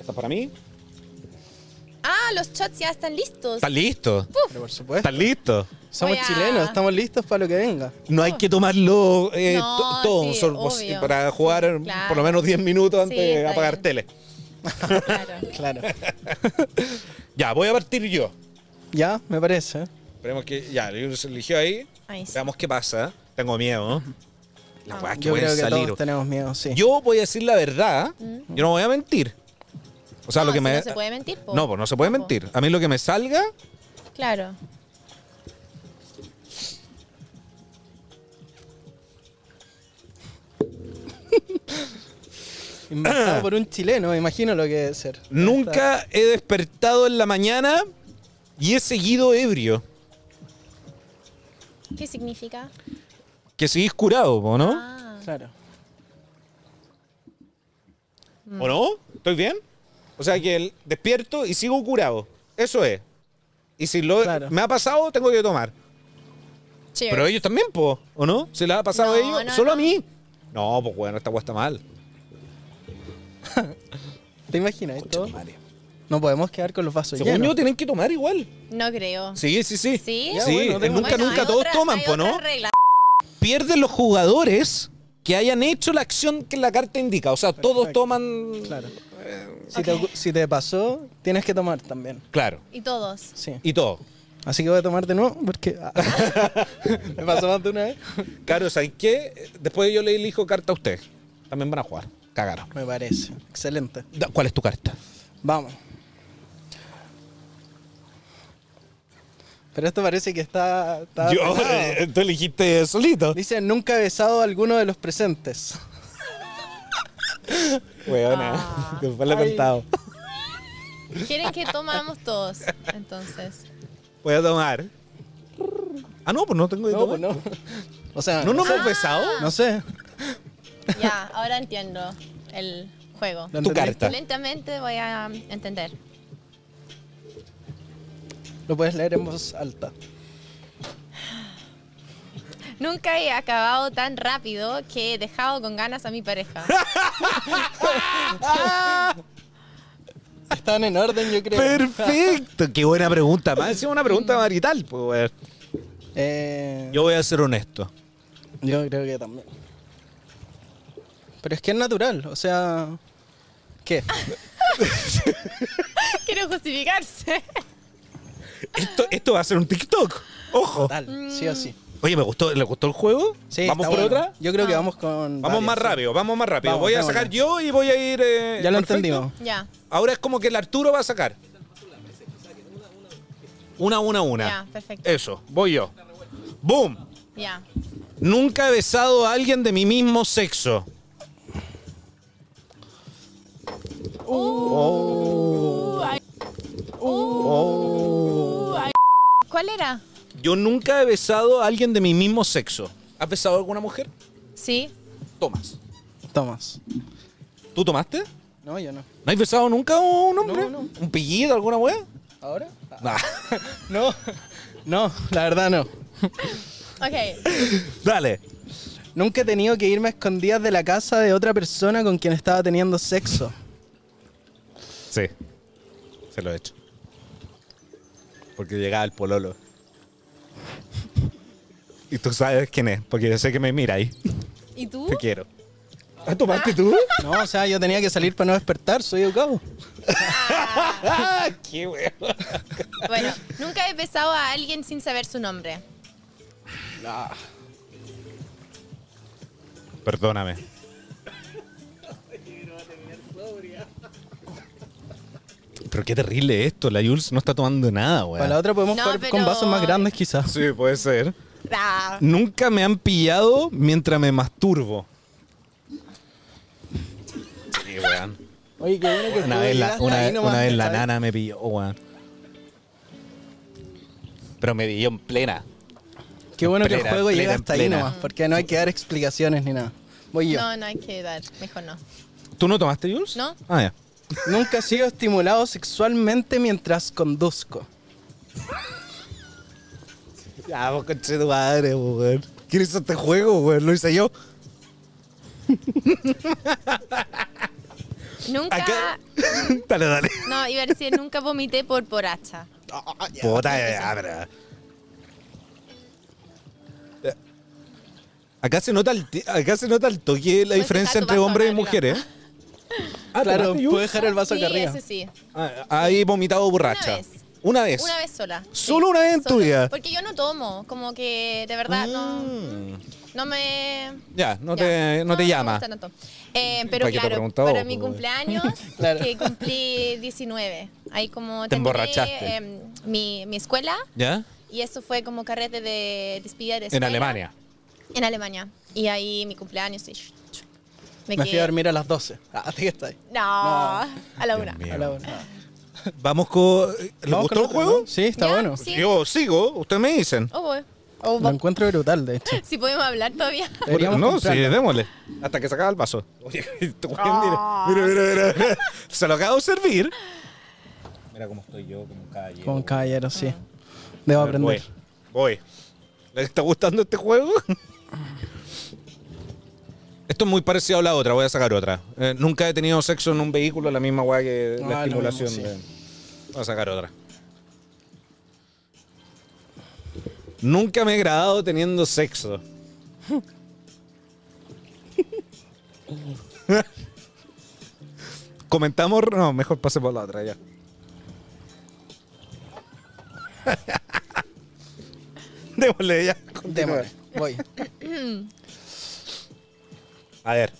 Speaker 1: Esta para mí.
Speaker 3: Ah, los chats ya están listos.
Speaker 1: Están listos.
Speaker 2: Pero por supuesto.
Speaker 1: Están listos.
Speaker 2: Somos
Speaker 3: Voy a-
Speaker 2: chilenos, estamos listos para lo que venga.
Speaker 1: No hay que tomarlo eh,
Speaker 3: No,
Speaker 1: to- todo
Speaker 3: sí,
Speaker 1: un sorbo- sí,
Speaker 3: obvio.
Speaker 1: para jugar
Speaker 3: Sí, claro.
Speaker 1: por lo menos 10 minutos antes
Speaker 3: Sí,
Speaker 1: de
Speaker 3: está
Speaker 1: apagar
Speaker 3: bien.
Speaker 1: tele.
Speaker 3: Claro.
Speaker 2: Claro.
Speaker 1: Ya, voy a partir yo.
Speaker 2: ya, me parece.
Speaker 1: Esperemos que. Ya, el libro se eligió ahí.
Speaker 3: Ahí sí.
Speaker 1: Veamos qué pasa. Tengo miedo. La
Speaker 3: Ah.
Speaker 1: weá que
Speaker 2: Yo
Speaker 1: voy a
Speaker 2: creo que
Speaker 1: salir.
Speaker 2: todos tenemos miedo, sí.
Speaker 1: Yo voy a decir la verdad. Yo no voy a mentir. O sea,
Speaker 3: Mm.
Speaker 1: lo
Speaker 3: No,
Speaker 1: que
Speaker 3: Ah, si
Speaker 1: me.
Speaker 3: no se puede mentir, po.
Speaker 1: No, pues no se puede
Speaker 3: No, po.
Speaker 1: mentir. A mí lo que me salga.
Speaker 3: Claro.
Speaker 2: Inventado por un chileno, me imagino lo que debe ser.
Speaker 1: Nunca he despertado en la mañana y he seguido ebrio.
Speaker 3: ¿Qué significa?
Speaker 1: Que seguís curado, po, ¿no?
Speaker 3: Ah,
Speaker 2: Claro.
Speaker 1: ¿O no? ¿Estoy bien? O sea que el- despierto y sigo curado. Eso es. Y si lo
Speaker 2: Claro.
Speaker 1: me ha pasado, tengo que tomar.
Speaker 3: Cheers.
Speaker 1: Pero ellos también, po, ¿o no? ¿Se les ha pasado a
Speaker 3: No,
Speaker 1: ellos?
Speaker 3: no,
Speaker 1: Solo a
Speaker 3: no.
Speaker 1: mí. No, pues bueno, esta weá está mal.
Speaker 2: ¿Te imaginas
Speaker 1: Concha
Speaker 2: todo?
Speaker 1: tu madre.
Speaker 2: No podemos quedar con los vasos
Speaker 1: Según yo,
Speaker 2: llenos.
Speaker 1: tienen que tomar igual.
Speaker 3: No creo.
Speaker 1: Sí, sí, sí.
Speaker 3: ¿Sí?
Speaker 1: Sí,
Speaker 3: Ya,
Speaker 2: bueno,
Speaker 1: en
Speaker 2: tengo-
Speaker 1: nunca,
Speaker 3: Bueno,
Speaker 1: nunca
Speaker 3: hay
Speaker 1: todos
Speaker 3: otra-
Speaker 1: toman,
Speaker 3: hay
Speaker 1: po, ¿no?
Speaker 3: otras reglas.
Speaker 1: Pierden los jugadores que hayan hecho la acción que la carta indica. O sea, todos
Speaker 2: Perfecto.
Speaker 1: toman.
Speaker 2: Claro.
Speaker 1: Eh,
Speaker 2: Si, te, ocu- si te pasó, tienes que tomar también.
Speaker 1: Claro.
Speaker 3: Y todos.
Speaker 2: Sí.
Speaker 1: Y todo.
Speaker 2: Así que voy a tomar de nuevo porque ah, me pasó más de una vez.
Speaker 1: Claro, ¿sabes qué? Después yo le elijo carta a usted. También van a jugar. Cagaron.
Speaker 2: Me parece. Excelente.
Speaker 1: Da- ¿Cuál es tu carta?
Speaker 2: Vamos. Pero esto parece que está... está apretado.
Speaker 1: eh, tú elegiste solito.
Speaker 2: Dice, nunca he besado a alguno de los presentes.
Speaker 1: Weona,
Speaker 3: Ah.
Speaker 1: después le he
Speaker 2: Ay.
Speaker 1: contado.
Speaker 3: Quieren que tomamos todos, entonces.
Speaker 1: Voy a tomar. Ah, no, pues no tengo que
Speaker 2: No,
Speaker 1: tomar.
Speaker 2: pues no. O sea,
Speaker 1: ¿No
Speaker 2: no,
Speaker 1: nos hemos besado?
Speaker 2: no sé.
Speaker 3: Ya, ahora entiendo el juego.
Speaker 2: ¿Lo
Speaker 1: Tu
Speaker 2: entendiste?
Speaker 1: carta.
Speaker 3: Lentamente voy a um, entender.
Speaker 2: Lo puedes leer en voz alta.
Speaker 3: Nunca he acabado tan rápido que he dejado con ganas a mi pareja.
Speaker 2: Estaban en orden, yo creo.
Speaker 1: Perfecto, qué buena pregunta. Más encima una pregunta marital, pues. weón.
Speaker 2: Eh, yo.
Speaker 1: Yo voy a ser honesto.
Speaker 2: creo que también. Pero es que es natural, o sea... ¿Qué?
Speaker 3: Quiero justificarse.
Speaker 1: Esto, esto va a ser un TikTok. Ojo.
Speaker 2: Tal, sí o sí.
Speaker 1: Oye, me gustó, ¿le gustó el juego?
Speaker 2: Sí,
Speaker 1: ¿Vamos
Speaker 2: está
Speaker 1: por
Speaker 2: bueno.
Speaker 1: otra?
Speaker 2: Yo creo que vamos con...
Speaker 1: Vamos
Speaker 2: varias,
Speaker 1: más
Speaker 2: sí.
Speaker 1: rápido, vamos más rápido.
Speaker 2: Vamos,
Speaker 1: voy a
Speaker 2: démosle.
Speaker 1: sacar yo y voy a ir. eh,
Speaker 2: Ya lo
Speaker 1: perfecto.
Speaker 2: entendimos.
Speaker 3: Ya,
Speaker 1: Ahora es como que el Arturo va a sacar. Una, una, una.
Speaker 3: Ya, perfecto.
Speaker 1: Eso, voy yo. ¡Boom!
Speaker 3: ya.
Speaker 1: Nunca he besado a alguien de mi mismo sexo.
Speaker 3: Oh. ¿Cuál era?
Speaker 1: Oh. Yo nunca he besado a alguien de mi mismo sexo. ¿Has besado a alguna mujer?
Speaker 3: Sí.
Speaker 1: Tomas.
Speaker 2: Tomás.
Speaker 1: ¿Tú tomaste?
Speaker 2: No, yo no.
Speaker 1: ¿No has besado nunca a un hombre?
Speaker 2: No, Ah. no.
Speaker 1: ¿Un pillido, alguna wea?
Speaker 2: ¿Ahora?
Speaker 1: Nah.
Speaker 2: No. No, la verdad no.
Speaker 3: Ok.
Speaker 1: Dale.
Speaker 2: Nunca he tenido que irme a escondidas de la casa de otra persona con quien estaba teniendo sexo.
Speaker 1: Sí. Se lo he hecho. Porque llegaba el pololo. Y tú sabes quién es, porque yo sé que me mira ahí.
Speaker 3: ¿Y tú?
Speaker 1: Te quiero. ¿Ah, tomaste tú?
Speaker 2: No, o sea, yo tenía que salir para no despertar, soy educado.
Speaker 1: ¡Ah, qué weón!
Speaker 3: Bueno, nunca he besado a alguien sin saber su nombre.
Speaker 1: Perdóname. Pero qué terrible esto, la Jules no está tomando nada,
Speaker 2: Para la
Speaker 1: weón.
Speaker 2: otra podemos
Speaker 3: No,
Speaker 2: jugar con
Speaker 3: pero-
Speaker 2: vasos más grandes quizás.
Speaker 1: Sí, puede ser.
Speaker 3: Ah,
Speaker 1: Nunca me han pillado mientras me masturbo. Sí, weón.
Speaker 2: Oye, qué bueno que
Speaker 1: Una vez la, una vez- una vez la nana me pilló, weón. Pero me pilló en plena.
Speaker 2: Qué bueno que el
Speaker 1: plena,
Speaker 2: juego llega
Speaker 1: plena,
Speaker 2: hasta
Speaker 1: plena.
Speaker 2: ahí nomás, porque no hay que dar explicaciones ni nada. Voy yo.
Speaker 3: No, no hay que dar. Mejor no.
Speaker 1: ¿Tú no tomaste, Jules?
Speaker 3: No.
Speaker 1: Ah, ya.
Speaker 2: Nunca he sido estimulado sexualmente mientras conduzco.
Speaker 1: Ya, vos conche tu madre, weón. ¿Quién hizo este juego, weón? Lo hice yo.
Speaker 3: Nunca.
Speaker 1: Acá- dale, dale.
Speaker 3: No, iba a decir, nunca vomité por borracha. Ah,
Speaker 1: Puta, ya, pero- Acá se nota el, ti- acá se nota el toque, la
Speaker 3: Puedes
Speaker 1: diferencia entre
Speaker 3: dejar Pues tu vaso
Speaker 1: hombres y
Speaker 3: acá
Speaker 1: mujeres. Ah,
Speaker 2: claro,
Speaker 1: ¿tomaste, Jules?
Speaker 2: puedo dejar el vaso
Speaker 3: sí,
Speaker 2: acá arriba.
Speaker 3: ese sí.
Speaker 1: Ah, Ahí vomitado borracha.
Speaker 3: vez.
Speaker 1: Una vez.
Speaker 3: Una vez sola.
Speaker 1: Solo una vez en tu
Speaker 3: sola.
Speaker 1: vida.
Speaker 3: Porque yo no tomo, como que de verdad Ah, no,
Speaker 1: Mm.
Speaker 3: no me...
Speaker 1: Ya, no
Speaker 3: ya.
Speaker 1: te, no te
Speaker 3: me
Speaker 1: llama.
Speaker 3: gusta tanto. Eh, pero
Speaker 1: ¿Para qué te pues.
Speaker 3: claro,
Speaker 1: preguntaba,
Speaker 3: para
Speaker 1: po,
Speaker 3: mi
Speaker 1: güey?
Speaker 3: cumpleaños,
Speaker 2: Claro.
Speaker 3: que cumplí 19, ahí como
Speaker 1: Te
Speaker 3: terminé,
Speaker 1: emborrachaste.
Speaker 3: eh, mi, mi escuela
Speaker 1: ¿Ya?
Speaker 3: y eso fue como carrete de despedida de
Speaker 1: En
Speaker 3: escuela.
Speaker 1: Alemania.
Speaker 3: En Alemania. Y ahí mi cumpleaños y... sh- sh-
Speaker 2: Me fui
Speaker 3: quedé-
Speaker 2: a dormir a las 12. Ah, sí que está ahí.
Speaker 3: No, a la
Speaker 1: Dios
Speaker 3: una.
Speaker 1: mío.
Speaker 2: A la una.
Speaker 1: Vamos con. ¿Les
Speaker 2: Vamos
Speaker 1: gustó el
Speaker 2: con otro,
Speaker 1: juego?
Speaker 2: ¿no? Sí, está
Speaker 3: Ya,
Speaker 2: bueno.
Speaker 3: sí.
Speaker 1: Yo sigo, ustedes me dicen.
Speaker 3: Oh, voy. Oh,
Speaker 2: Lo
Speaker 3: bo-
Speaker 2: encuentro brutal, de hecho.
Speaker 3: si podemos hablar todavía.
Speaker 2: Deberíamos
Speaker 1: no, sí,
Speaker 2: comprarlo.
Speaker 1: démosle. Hasta que se acaba el vaso. Oye, este weón, mira, mira, mira, mira, mira. Se lo acabo de servir. Mira cómo estoy yo como un caballero.
Speaker 2: Como un caballero, sí. Debo aprender.
Speaker 1: Voy. voy. ¿Les está gustando este juego? Esto es muy parecido a la otra, voy a sacar otra. Eh, nunca he tenido sexo en un vehículo, la misma weá que la
Speaker 2: Ah, lo mismo,
Speaker 1: estimulación.
Speaker 2: sí.
Speaker 1: de- Voy a sacar otra. Nunca me he grabado teniendo sexo. Comentamos. No, mejor pase por la otra ya. Démosle ya.
Speaker 2: Démosle. Voy.
Speaker 1: A ver.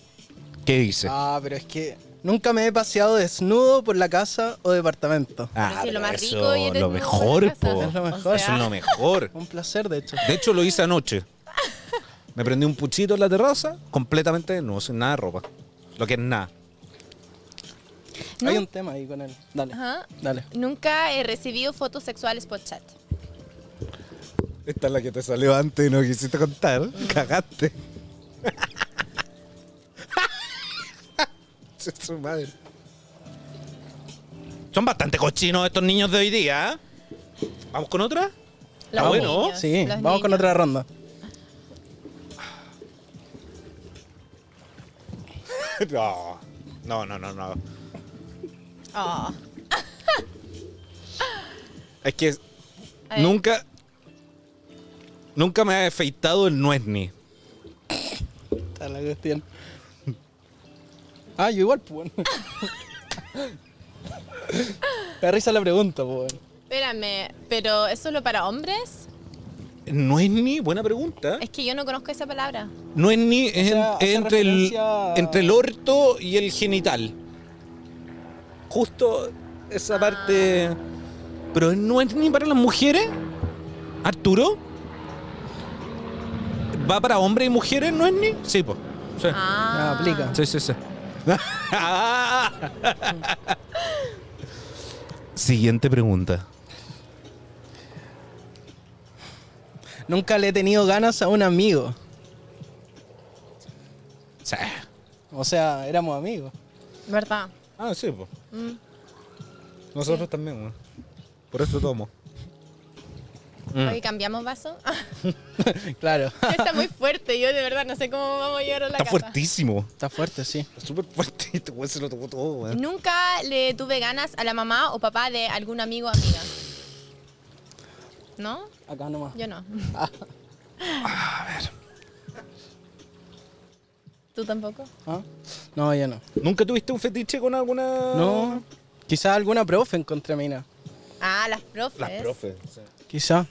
Speaker 1: ¿Qué dice?
Speaker 2: Ah, pero es que nunca me he paseado desnudo por la casa o departamento.
Speaker 3: Pero sí, lo más
Speaker 1: Ah, eso,
Speaker 3: rico y eres
Speaker 1: lo
Speaker 3: nuevo en
Speaker 1: mejor,
Speaker 3: la casa.
Speaker 1: po.
Speaker 2: Es lo mejor.
Speaker 3: O
Speaker 1: Eso
Speaker 3: sea,
Speaker 1: es lo mejor.
Speaker 2: Un placer, de hecho.
Speaker 1: De hecho, lo hice anoche. Me prendí un puchito en la terraza, completamente desnudo, sin nada de ropa. Lo que es nada.
Speaker 2: Hay
Speaker 3: No.
Speaker 2: un tema ahí con él. Dale.
Speaker 3: Ajá.
Speaker 2: Dale.
Speaker 3: Nunca he recibido fotos sexuales por chat.
Speaker 1: Esta es la que te salió antes y no quisiste contar. Cagaste. Es su madre. Son bastante cochinos estos niños de hoy día. ¿eh? ¿Vamos con otra? Está
Speaker 3: Los
Speaker 1: Ah, bueno.
Speaker 3: niños,
Speaker 2: Sí,
Speaker 3: los
Speaker 2: vamos con
Speaker 3: niños.
Speaker 2: otra ronda.
Speaker 1: No. No, no, no, no.
Speaker 3: Oh.
Speaker 1: Es que
Speaker 3: A ver.
Speaker 1: nunca. Nunca me ha afeitado el nuezni.
Speaker 2: Está la cuestión. Ah, yo igual, pues. bueno. Me da risa la pregunta, pues. bueno.
Speaker 3: Espérame, pero ¿es solo para hombres?
Speaker 1: Nuezni, buena pregunta.
Speaker 3: Es que yo no conozco esa palabra.
Speaker 1: Nuezni es, en-
Speaker 2: sea, hace
Speaker 1: es entre, el,
Speaker 2: referencia a-
Speaker 1: entre el orto y el genital. Justo esa
Speaker 2: Ah.
Speaker 1: parte. Pero es nuezni para las mujeres. Arturo. ¿Va para hombres y mujeres nuezni? Sí, pues. Sí.
Speaker 3: Ah,
Speaker 2: aplica.
Speaker 1: Sí, sí, sí. Siguiente pregunta.
Speaker 2: Nunca le he tenido ganas a un amigo.
Speaker 1: Sí.
Speaker 2: O sea, éramos amigos.
Speaker 3: ¿Verdad?
Speaker 1: Ah, sí, pues.
Speaker 3: Mm.
Speaker 1: Nosotros también, weón. Por eso tomo. Mm.
Speaker 3: Hoy cambiamos vaso.
Speaker 2: Claro.
Speaker 3: Está muy fuerte, yo de verdad no sé cómo vamos a llegar a la
Speaker 1: Está
Speaker 3: casa.
Speaker 1: fuertísimo.
Speaker 2: Está fuerte, sí.
Speaker 1: Está súper fuerte. Este weón se lo tocó todo, weón.
Speaker 3: Nunca le tuve ganas a la mamá o papá de algún amigo o amiga. ¿No?
Speaker 2: Acá nomás.
Speaker 3: Yo no. A
Speaker 1: Ah.
Speaker 3: ver. ¿Tú tampoco?
Speaker 2: ¿Ah? No, yo no.
Speaker 1: ¿Nunca tuviste un fetiche con alguna.?
Speaker 2: No. Quizás alguna profe en contra mina.
Speaker 3: Ah, las profes.
Speaker 1: Las profes. sí.
Speaker 2: Quizá.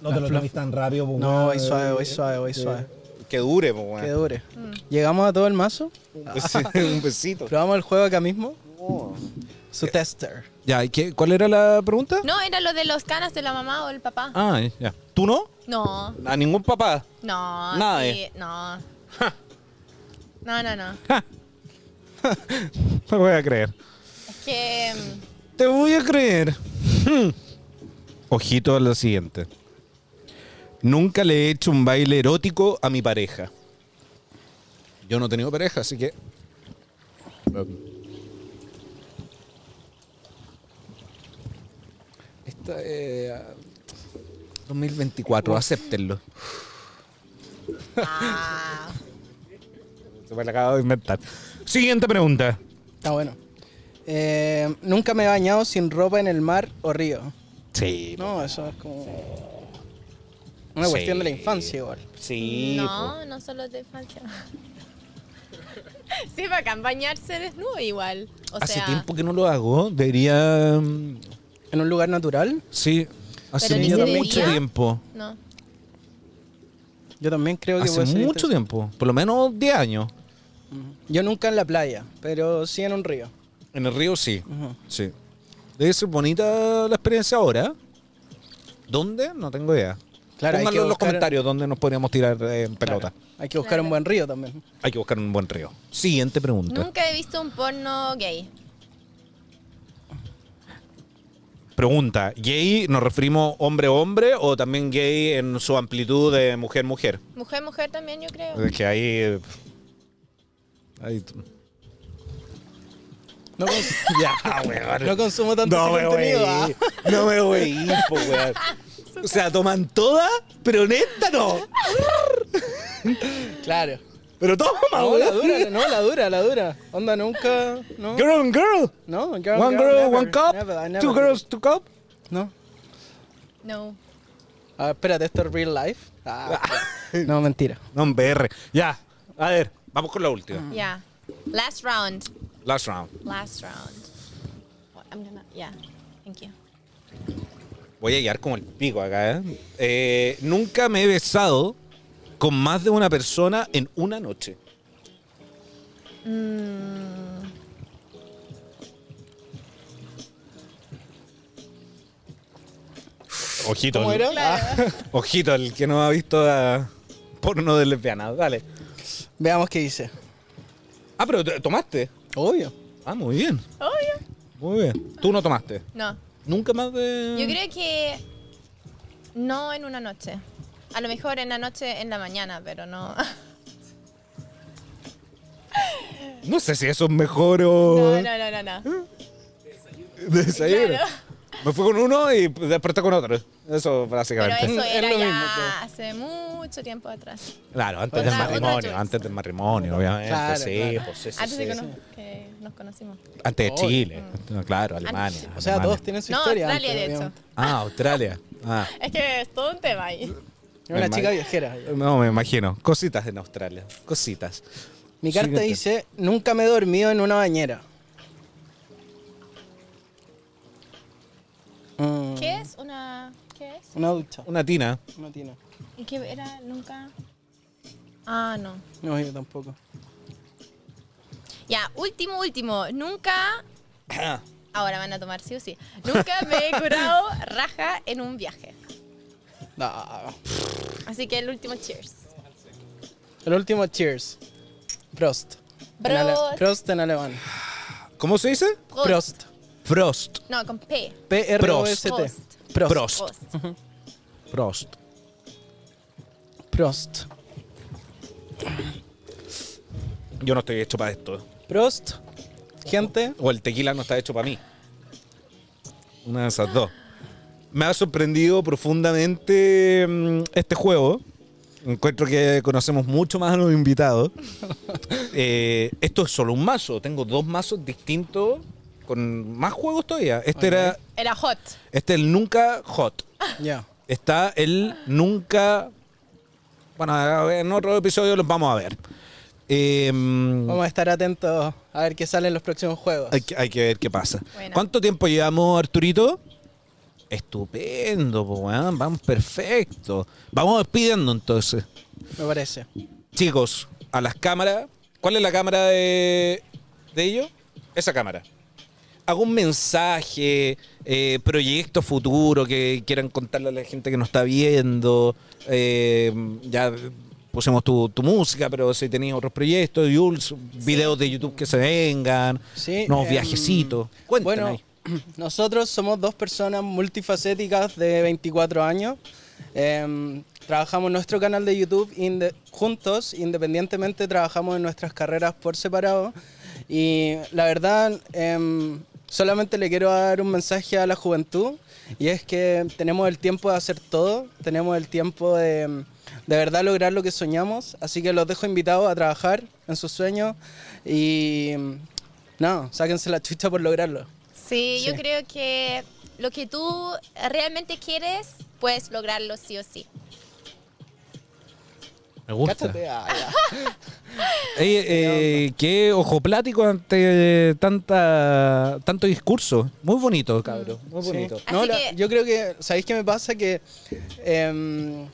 Speaker 1: No te lo tomes tan rápido, pues,
Speaker 2: No, voy suave, voy suave, voy suave.
Speaker 1: Que dure, pues,
Speaker 2: Que
Speaker 1: weón.
Speaker 2: dure. ¿Llegamos a todo el mazo?
Speaker 1: Un besi- Un besito.
Speaker 2: ¿Probamos el juego acá mismo? Su tester.
Speaker 1: Ya, ¿y qué, ¿cuál era la pregunta?
Speaker 3: No, era lo de los canas de la mamá o el papá.
Speaker 1: Ah, ya. ¿Tú no?
Speaker 3: No,
Speaker 1: A ningún papá.
Speaker 3: no.
Speaker 1: Nada
Speaker 3: sí,
Speaker 1: de-
Speaker 3: No. No, no, no.
Speaker 1: Te voy a creer.
Speaker 3: Es que. mm,
Speaker 1: Te voy a creer. Hmm. Ojito a lo siguiente. Nunca le he hecho un baile erótico a mi pareja. Yo no he tenido pareja, así que. Esta eh, es. 2024, acéptenlo.
Speaker 3: Ah.
Speaker 1: Se me la acabo de inventar. Siguiente pregunta.
Speaker 2: Está bueno. Eh, Nunca me he bañado sin ropa en el mar o río.
Speaker 1: Sí.
Speaker 2: No, eso es como. Una
Speaker 1: Sí.
Speaker 2: cuestión de la infancia, igual.
Speaker 1: Sí. po.
Speaker 3: No, no solo de infancia. sí, para acompañarse desnudo igual. O
Speaker 1: Hace
Speaker 3: sea,
Speaker 1: tiempo que no lo hago. Debería. mm,
Speaker 2: En un lugar natural,
Speaker 1: Sí, hace
Speaker 3: Pero ni
Speaker 1: mucho
Speaker 2: se
Speaker 3: veía.
Speaker 1: tiempo.
Speaker 3: no.
Speaker 2: yo también creo que
Speaker 1: Hace
Speaker 2: puede ser
Speaker 1: mucho tiempo, por lo menos 10 años.
Speaker 2: interesante. Yo nunca en la playa, pero sí en un río.
Speaker 1: En el río sí.
Speaker 2: Ujú.
Speaker 1: Sí. Debe ser bonita la experiencia ahora. ¿Dónde? No tengo idea.
Speaker 2: Claro, hay que
Speaker 1: Pónganlo en los
Speaker 2: buscar-
Speaker 1: comentarios dónde nos podríamos tirar eh, en pelota.
Speaker 2: Claro, Hay que buscar un buen río también.
Speaker 1: Hay que buscar un buen río. Siguiente pregunta.
Speaker 3: Nunca he visto un porno gay.
Speaker 1: Pregunta, ¿gay nos referimos hombre-hombre o también gay en su amplitud de mujer-mujer?
Speaker 3: Mujer, mujer también, yo creo.
Speaker 1: Es que ahí... eh, ahí t-
Speaker 2: No, cons-
Speaker 1: ya, weón.
Speaker 2: no consumo tanto
Speaker 1: No
Speaker 2: ese
Speaker 1: me voy.
Speaker 2: contenido. ah.
Speaker 1: No me voy, po, weón. O sea, toman toda, pero neta no.
Speaker 2: Claro.
Speaker 1: Pero toma,
Speaker 2: No, la
Speaker 1: weón.
Speaker 2: dura, no, la dura, la dura. Onda, nunca. No,
Speaker 1: Girl on girl.
Speaker 2: no girl,
Speaker 1: one
Speaker 2: girl,
Speaker 1: girl,
Speaker 2: never,
Speaker 1: one cup.
Speaker 2: never, I never
Speaker 1: two
Speaker 2: did.
Speaker 1: girls, two cup.
Speaker 2: No.
Speaker 3: No.
Speaker 2: A ver, espérate, esto es real life. Ah, no, mentira.
Speaker 1: No, un BR. Ya. A ver, vamos con la última.
Speaker 3: Yeah. Last round.
Speaker 1: Last round.
Speaker 3: Last round. Well, I'm gonna. Yeah. Thank you.
Speaker 1: Voy a llegar como el pico acá, ¿eh? Eh, Nunca me he besado con más de una persona en una noche. Mm. Ojito.
Speaker 2: ¿Cómo
Speaker 1: el-
Speaker 2: era? Ah,
Speaker 1: Ojito, el que no ha visto a porno de lesbianas. Dale.
Speaker 2: veamos qué dice.
Speaker 1: Ah, pero t- tomaste.
Speaker 2: Obvio.
Speaker 1: Ah, muy bien.
Speaker 3: Oh yeah.
Speaker 1: Muy bien. Tú no tomaste.
Speaker 3: No.
Speaker 1: Nunca más de.
Speaker 3: Yo creo que no en una noche. A lo mejor en la noche, en la mañana, pero no.
Speaker 1: No sé si eso es mejor o.
Speaker 3: No, no, no, no.
Speaker 1: Mm.
Speaker 3: no.
Speaker 1: Desayuno.
Speaker 3: Claro.
Speaker 1: Me fui con uno y pues, desperté con otro. Eso
Speaker 3: Pero
Speaker 1: básicamente.
Speaker 3: eso
Speaker 2: Es
Speaker 3: era
Speaker 2: lo
Speaker 3: ya
Speaker 2: mismo, claro.
Speaker 3: hace mucho tiempo atrás.
Speaker 1: Claro, antes
Speaker 2: Otra-
Speaker 1: del
Speaker 2: otra
Speaker 1: matrimonio,
Speaker 3: choice.
Speaker 1: antes del matrimonio, obviamente.
Speaker 2: Claro,
Speaker 1: sí,
Speaker 2: claro.
Speaker 1: pues sí, sí,
Speaker 3: Antes de
Speaker 1: sí.
Speaker 3: que nos, que nos conocimos.
Speaker 1: Antes de
Speaker 2: Obvio.
Speaker 1: Chile. Claro, Alemania.
Speaker 2: Mm. O sea,
Speaker 1: Alemania.
Speaker 2: todos tienen su
Speaker 3: No,
Speaker 2: historia.
Speaker 3: Australia,
Speaker 2: antes,
Speaker 3: de hecho.
Speaker 2: obviamente.
Speaker 1: Ah, Australia. Ah.
Speaker 3: Es que es todo un tema ahí.
Speaker 2: Mm. Era Una
Speaker 1: Me
Speaker 2: chica
Speaker 1: imag-
Speaker 2: viajera.
Speaker 1: No, me imagino. Cositas en Australia. Cositas.
Speaker 2: Mi carta
Speaker 1: Siguiente.
Speaker 2: dice: Nunca me he dormido en una bañera. Mm,
Speaker 3: ¿Qué es una.? ¿Qué es?
Speaker 2: Una ducha.
Speaker 1: Una tina.
Speaker 2: No tiene.
Speaker 3: ¿Y qué era? Nunca. Ah, no.
Speaker 2: No, yo tampoco.
Speaker 3: Ya, último, último. Nunca.
Speaker 2: Ah.
Speaker 3: Ahora van a tomar sí o sí. Nunca me he curado raja en un viaje.
Speaker 2: No.
Speaker 3: Así que el último cheers.
Speaker 2: El último, cheers. Prost. En ale-
Speaker 3: Prost.
Speaker 2: Prost en alemán.
Speaker 1: ¿Cómo se dice?
Speaker 3: Prost.
Speaker 2: Prost.
Speaker 1: Frost.
Speaker 3: No, con P.
Speaker 2: P-R-O-S-T. Prost.
Speaker 3: Prost.
Speaker 1: Prost.
Speaker 3: Prost.
Speaker 1: Prost.
Speaker 2: Prost.
Speaker 1: Yo no estoy hecho para esto.
Speaker 2: Prost. Gente.
Speaker 1: O el tequila no está hecho para mí. Una de esas dos. Me ha sorprendido profundamente mm, este juego. Encuentro que conocemos mucho más a los invitados. Eh, esto es solo un mazo. Tengo dos mazos distintos con más juegos todavía. Este era
Speaker 3: Era hot.
Speaker 1: este el nunca hot.
Speaker 2: Ya.
Speaker 1: Está el nunca. Bueno, en otro episodio los vamos a ver. Eh, mm,
Speaker 2: Vamos a estar atentos a ver qué sale en los próximos juegos.
Speaker 1: Hay que, hay que ver qué pasa.
Speaker 3: Bueno.
Speaker 1: ¿Cuánto tiempo llevamos, Arturito? Estupendo, po, weón. Vamos perfecto. Vamos despidiendo entonces.
Speaker 2: Me parece.
Speaker 1: Chicos, a las cámaras. ¿Cuál es la cámara de, de ellos? Esa cámara. ¿Algún mensaje, eh, proyecto futuro que quieran contarle a la gente que nos está viendo? Eh, ya pusimos tu, tu música, pero si tenéis otros proyectos, Jules, videos de YouTube que se vengan,
Speaker 2: Sí,
Speaker 1: nuevos
Speaker 2: em,
Speaker 1: viajecitos. Cuéntanos.
Speaker 2: Bueno, nosotros somos dos personas multifacéticas de 24 años. Em, trabajamos nuestro canal de YouTube inde- juntos, independientemente trabajamos en nuestras carreras por separado. Y la verdad, em, solamente le quiero dar un mensaje a la juventud y es que tenemos el tiempo de hacer todo, tenemos el tiempo de... em, de verdad lograr lo que soñamos, así que los dejo invitados a trabajar en sus sueños y em, no, sáquense la chucha por lograrlo.
Speaker 3: Sí, yo
Speaker 2: Sí.
Speaker 3: creo que lo que tú realmente quieres, puedes lograrlo sí o sí.
Speaker 1: Me gusta.
Speaker 2: Cáchate, ah, ya.
Speaker 1: Eh, eh, qué ojo plático ante tanta, tanto discurso. Muy bonito, cabrón. Muy
Speaker 2: Sí.
Speaker 1: bonito.
Speaker 3: Así
Speaker 2: No, la-
Speaker 3: que-
Speaker 2: yo creo que, ¿sabéis qué me pasa? Que em,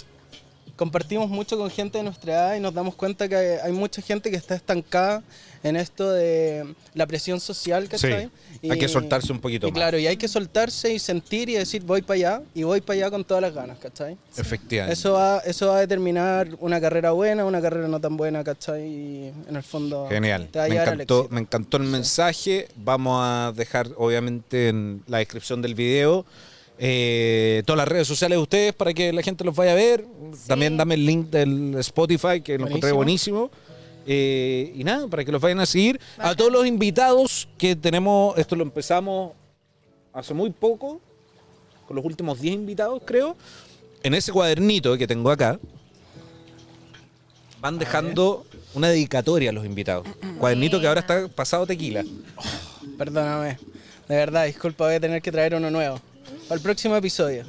Speaker 2: compartimos mucho con gente de nuestra edad y nos damos cuenta que hay, hay mucha gente que está estancada en esto de la presión social, ¿cachai?
Speaker 1: Sí, hay que soltarse un poquito
Speaker 2: y
Speaker 1: más.
Speaker 2: Claro, y hay que soltarse y sentir y decir voy para allá y voy para allá con todas las ganas, ¿cachai?
Speaker 1: Efectivamente.
Speaker 2: Eso va, eso va a determinar una carrera buena, una carrera no tan buena, ¿cachai? Y en el fondo
Speaker 1: Genial.
Speaker 2: te va a
Speaker 1: Me
Speaker 2: llevar al
Speaker 1: encantó,
Speaker 2: éxito.
Speaker 1: me encantó el mensaje. Vamos a dejar, obviamente, en la descripción del video eh, todas las redes sociales de ustedes para que la gente los vaya a ver. También dame el link del Spotify, que lo encontré buenísimo. Eh, y nada, para que los vayan a seguir. A
Speaker 3: Bacán.
Speaker 1: todos los invitados que tenemos, esto lo empezamos hace muy poco, con los últimos 10 invitados, creo. En ese cuadernito que tengo acá, van dejando una dedicatoria a los invitados.
Speaker 3: Ah,
Speaker 1: Cuadernito que ahora está pasado tequila.
Speaker 2: Perdóname. De verdad, disculpa, voy a tener que traer uno nuevo. Para el próximo episodio.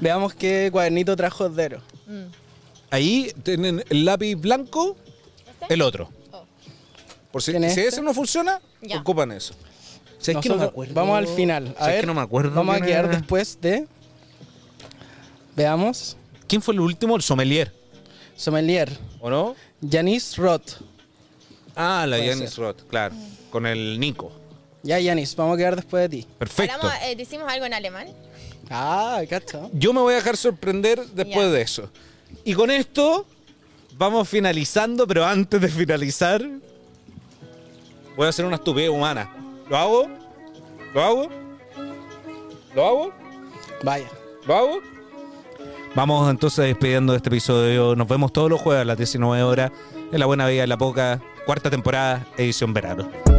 Speaker 2: Veamos qué cuadernito trajo Dero.
Speaker 1: Ahí tienen el lápiz blanco, el otro.
Speaker 3: Oh.
Speaker 1: Por si,
Speaker 2: ¿Tiene
Speaker 1: si
Speaker 2: este?
Speaker 1: ese no funciona,
Speaker 3: Ya.
Speaker 1: ocupan eso. Si es que no me
Speaker 2: Nosotros-
Speaker 1: acuerdo.
Speaker 2: Vamos al final. A
Speaker 1: Si es
Speaker 2: ver,
Speaker 1: que no me acuerdo
Speaker 2: Vamos a
Speaker 1: quién
Speaker 2: quedar
Speaker 1: era.
Speaker 2: después de. Veamos.
Speaker 1: ¿Quién fue el último? El sommelier,
Speaker 2: Sommelier.
Speaker 1: ¿o no?
Speaker 2: Janice Roth.
Speaker 1: Ah, la
Speaker 2: Puede
Speaker 1: Janis Roth, claro.
Speaker 3: Mm.
Speaker 1: Con el Nico.
Speaker 2: Ya, Janice, vamos a quedar después de ti.
Speaker 1: Perfecto.
Speaker 3: Hablamos, eh, decimos algo en alemán.
Speaker 2: Ah, cacho.
Speaker 1: Yo me voy a dejar sorprender después
Speaker 3: Ya.
Speaker 1: de eso. Y con esto vamos finalizando, pero antes de finalizar voy a hacer una estupidez humana. ¿Lo hago? ¿Lo hago? ¿Lo hago?
Speaker 2: Vaya.
Speaker 1: ¿Lo hago? Vamos entonces despidiendo de este episodio. Nos vemos todos los jueves a las 19 horas en La Buena Vida de la Poca, cuarta temporada, edición verano.